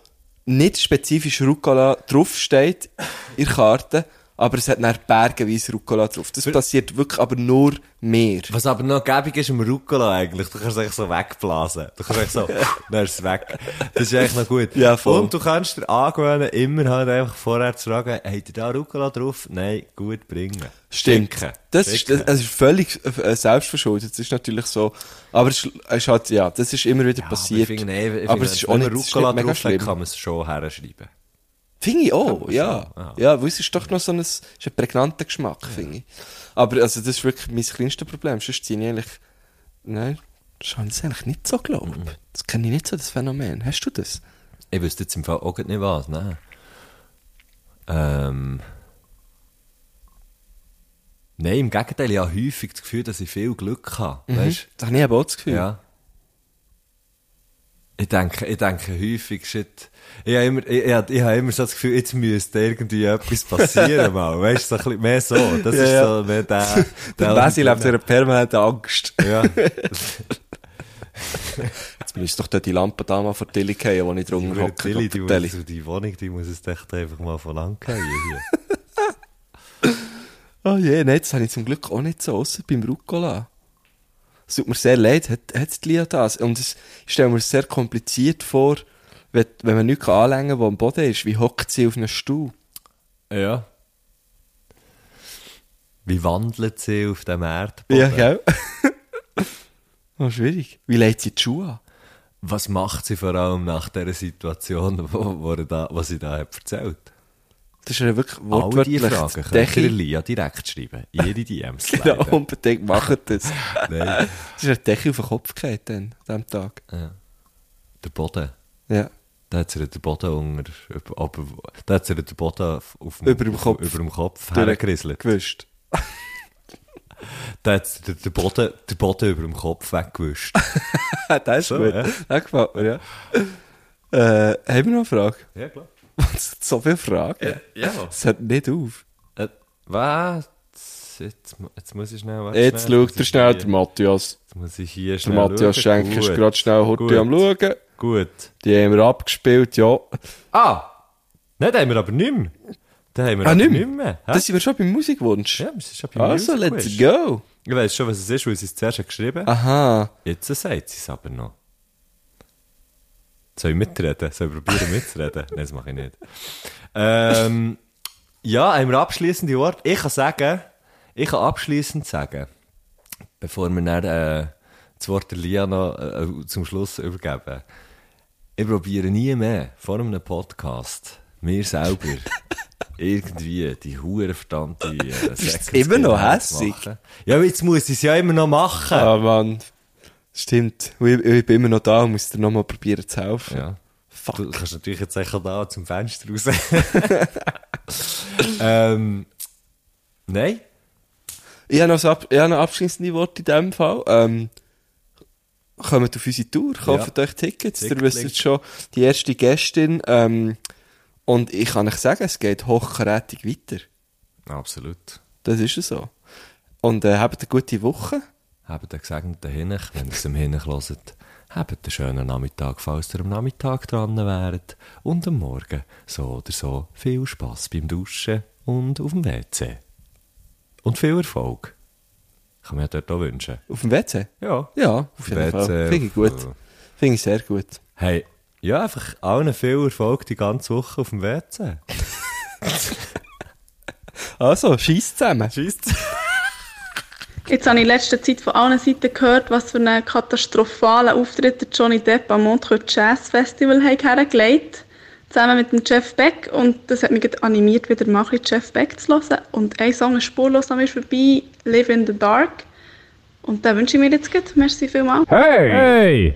S6: nicht spezifisch Rucola draufsteht in der Karte, aber es hat dann bergenweise Rucola drauf. Das passiert wirklich aber nur mir.
S1: Was aber noch gäbig ist im Rucola eigentlich, du kannst es eigentlich so wegblasen. Du kannst eigentlich so, dann ist es weg. Das ist eigentlich noch gut.
S6: Ja, voll.
S1: Und du kannst dir angewöhnen, immer halt einfach vorher zu fragen, habt ihr da Rucola drauf? Nein, gut, bringen.
S6: Stimmt. Das ist, das,
S1: Stinken.
S6: das ist völlig äh, selbstverschuldet. Das ist natürlich so. Aber es, ist- es hat, ja, das ist immer wieder
S1: Aber,
S6: äh, passiert.
S1: ich finde, nee, ich
S6: aber
S1: finde,
S6: es ist
S1: wenn
S6: auch nicht,
S1: man
S6: es ist
S1: Rucola
S6: nicht mega
S1: drauf hat,
S6: schlimm.
S1: kann man es schon herschreiben.
S6: Finde ich auch, ja.
S1: schon, ja.
S6: Ja, weil es ist doch noch so ein, es ist ein prägnanter Geschmack, finde ich. Aber also, das ist wirklich mein kleinste Problem. Sonst ziehe ich eigentlich, nein, Das habe ich eigentlich nicht so glaubt. Das kenne ich nicht so, das Phänomen. Hast du das?
S1: Ich wüsste jetzt im Fall auch grad nicht was, ne? Ähm. Nein, im Gegenteil, ich habe häufig das Gefühl, dass ich viel Glück habe.
S6: Mhm.
S1: Weißt
S6: Das habe ich aber auch das
S1: du?
S6: Gefühl.
S1: Ja. Ich denke, ich denke häufig, shit. Ich habe immer, ich, ich, hab- ich habe immer so das Gefühl, jetzt müsste irgendwie etwas passieren, mal. Weißt du, so ein bisschen mehr so. Das
S6: Ja,
S1: ist
S6: ja.
S1: so mehr der.
S6: Der Basi lebt in einer permanenten Angst.
S1: Ja.
S6: Jetzt müsste doch dort die Lampe da mal vor Tilly fallen, wo ich drunter hocke.
S1: Tilly, die,
S6: Gott,
S1: muss, die Wohnung, die muss es echt einfach mal von lang gehen hier.
S6: Oh je, nein, das habe ich zum Glück auch nicht so, außer beim Rucola. Es tut mir sehr leid, hat, hat die Lia das. Und es, ich stelle mir es sehr kompliziert vor, wenn, wenn man nichts anlängen kann, was am Boden ist. Wie hockt sie auf einem Stuhl?
S1: Ja. Wie wandelt sie auf dem Erdboden?
S6: Ja, gell? oh, schwierig. Wie legt sie die Schuhe an?
S1: Was macht sie vor allem nach dieser Situation, wo, wo er da, was sie da hat erzählt?
S6: Das ist ja wirklich
S1: All
S6: wortwörtlich
S1: diese Fragen
S6: die
S1: könnt ihr
S6: Decke.
S1: Lia direkt schreiben. Jede DMs
S6: Genau,
S1: leider.
S6: unbedingt machen das.
S1: Nein,
S6: Das ist eine Decke auf den Kopf gefallen dann, an diesem Tag.
S1: der Boden.
S6: Ja.
S1: Da hat sie ihr den Boden unter, über- aber, da hat sie ihr den Boden auf, auf
S6: Über dem Kopf.
S1: über dem Kopf
S6: Durch-
S1: hergeriselt.
S6: Gewischt.
S1: Da hat sie den- den Boden, den Boden über dem Kopf weggewischt.
S6: Ah, das ist
S1: So,
S6: gut.
S1: ja.
S6: Das gefällt mir, ja. Äh, haben wir noch eine Frage?
S1: ja, klar.
S6: Es sind so viele Fragen.
S1: Ja.
S6: Es hört nicht auf.
S1: Äh, was? Jetzt, mu- jetzt muss ich schnell... warte
S6: Jetzt
S1: schnell,
S6: schaut
S1: jetzt
S6: er
S1: ist
S6: schnell,
S1: hier-
S6: der Matthias.
S1: Jetzt muss ich hier
S6: Der
S1: schnell
S6: Matthias
S1: schauen.
S6: Schenk ist
S1: Gut,
S6: gerade schnell
S1: gut,
S6: heute am Schauen.
S1: Gut.
S6: Die haben wir abgespielt, ja.
S1: Ah! Nein, den haben wir aber nicht mehr. Den haben wir
S6: Ah,
S1: aber
S6: nicht
S1: nicht
S6: mehr?
S1: mehr. hä?
S6: Das sind wir schon beim Musikwunsch.
S1: ja, das ist ja bei
S6: also,
S1: Music
S6: let's
S1: Wish.
S6: go.
S1: Ich weiss schon, was es ist, weil sie es zuerst hat geschrieben hat.
S6: Aha.
S1: Jetzt sagt sie es aber noch. Soll ich mitreden? Soll ich probieren mitzureden? Nein, das mache ich nicht. Ähm, ja, haben wir abschließende Worte? Ich kann sagen, ich kann abschließend sagen, bevor wir dann, äh, das Wort der Lia noch äh, äh, zum Schluss übergeben. Ich probiere nie mehr vor einem Podcast, mir selber, irgendwie die hure verdammte äh, Sex-
S6: immer noch
S1: Gedanken
S6: hässig?
S1: machen. Ja, aber jetzt muss ich es ja immer noch machen.
S6: Ah, Mann. Stimmt. Ich, ich bin immer noch da und muss dir nochmal probieren zu helfen.
S1: Ja.
S6: Fuck.
S1: Du kannst natürlich jetzt auch da zum Fenster raus. ähm, nein?
S6: Ich habe noch, so ab, ich habe noch abschließende Worte in diesem Fall. Ähm, kommt auf unsere Tour, kauft euch Tickets.
S1: Tick,
S6: Ihr wisst
S1: klick.
S6: jetzt schon, die erste Gästin. Ähm, und ich kann euch sagen, es geht hochkarätig weiter.
S1: Absolut.
S6: Das ist es so. Und äh, habt eine gute Woche.
S1: Habt ihr gesegnet Hinnig, wenn ihr es am Hinnig hört. Habt einen schönen Nachmittag, falls ihr am Nachmittag dran wäret. Und am Morgen so oder so viel Spass beim Duschen und auf dem WC. Und viel Erfolg. Kann man ja dort auch wünschen.
S6: Auf dem WC?
S1: Ja.
S6: Ja, auf jeden
S1: WC,
S6: Fall. Finde ich
S1: auf,
S6: gut.
S1: äh,
S6: Finde ich sehr gut.
S1: Hey, ja, einfach allen viel Erfolg die ganze Woche auf dem WC.
S6: Also, schieß zusammen.
S1: Tschüss.
S8: Jetzt habe ich in letzter Zeit von allen Seiten gehört, was für einen katastrophalen Auftritt der Johnny Depp am Montreux Jazz Festival hat hergelegt zusammen mit dem Jeff Beck und das hat mich gerade animiert, wieder mal ein bisschen Jeff Beck zu hören. Und ein Song ist spurlos an mir vorbei, «Live in the Dark». Und den wünsche ich mir jetzt gut. Merci vielmals.
S3: Hey!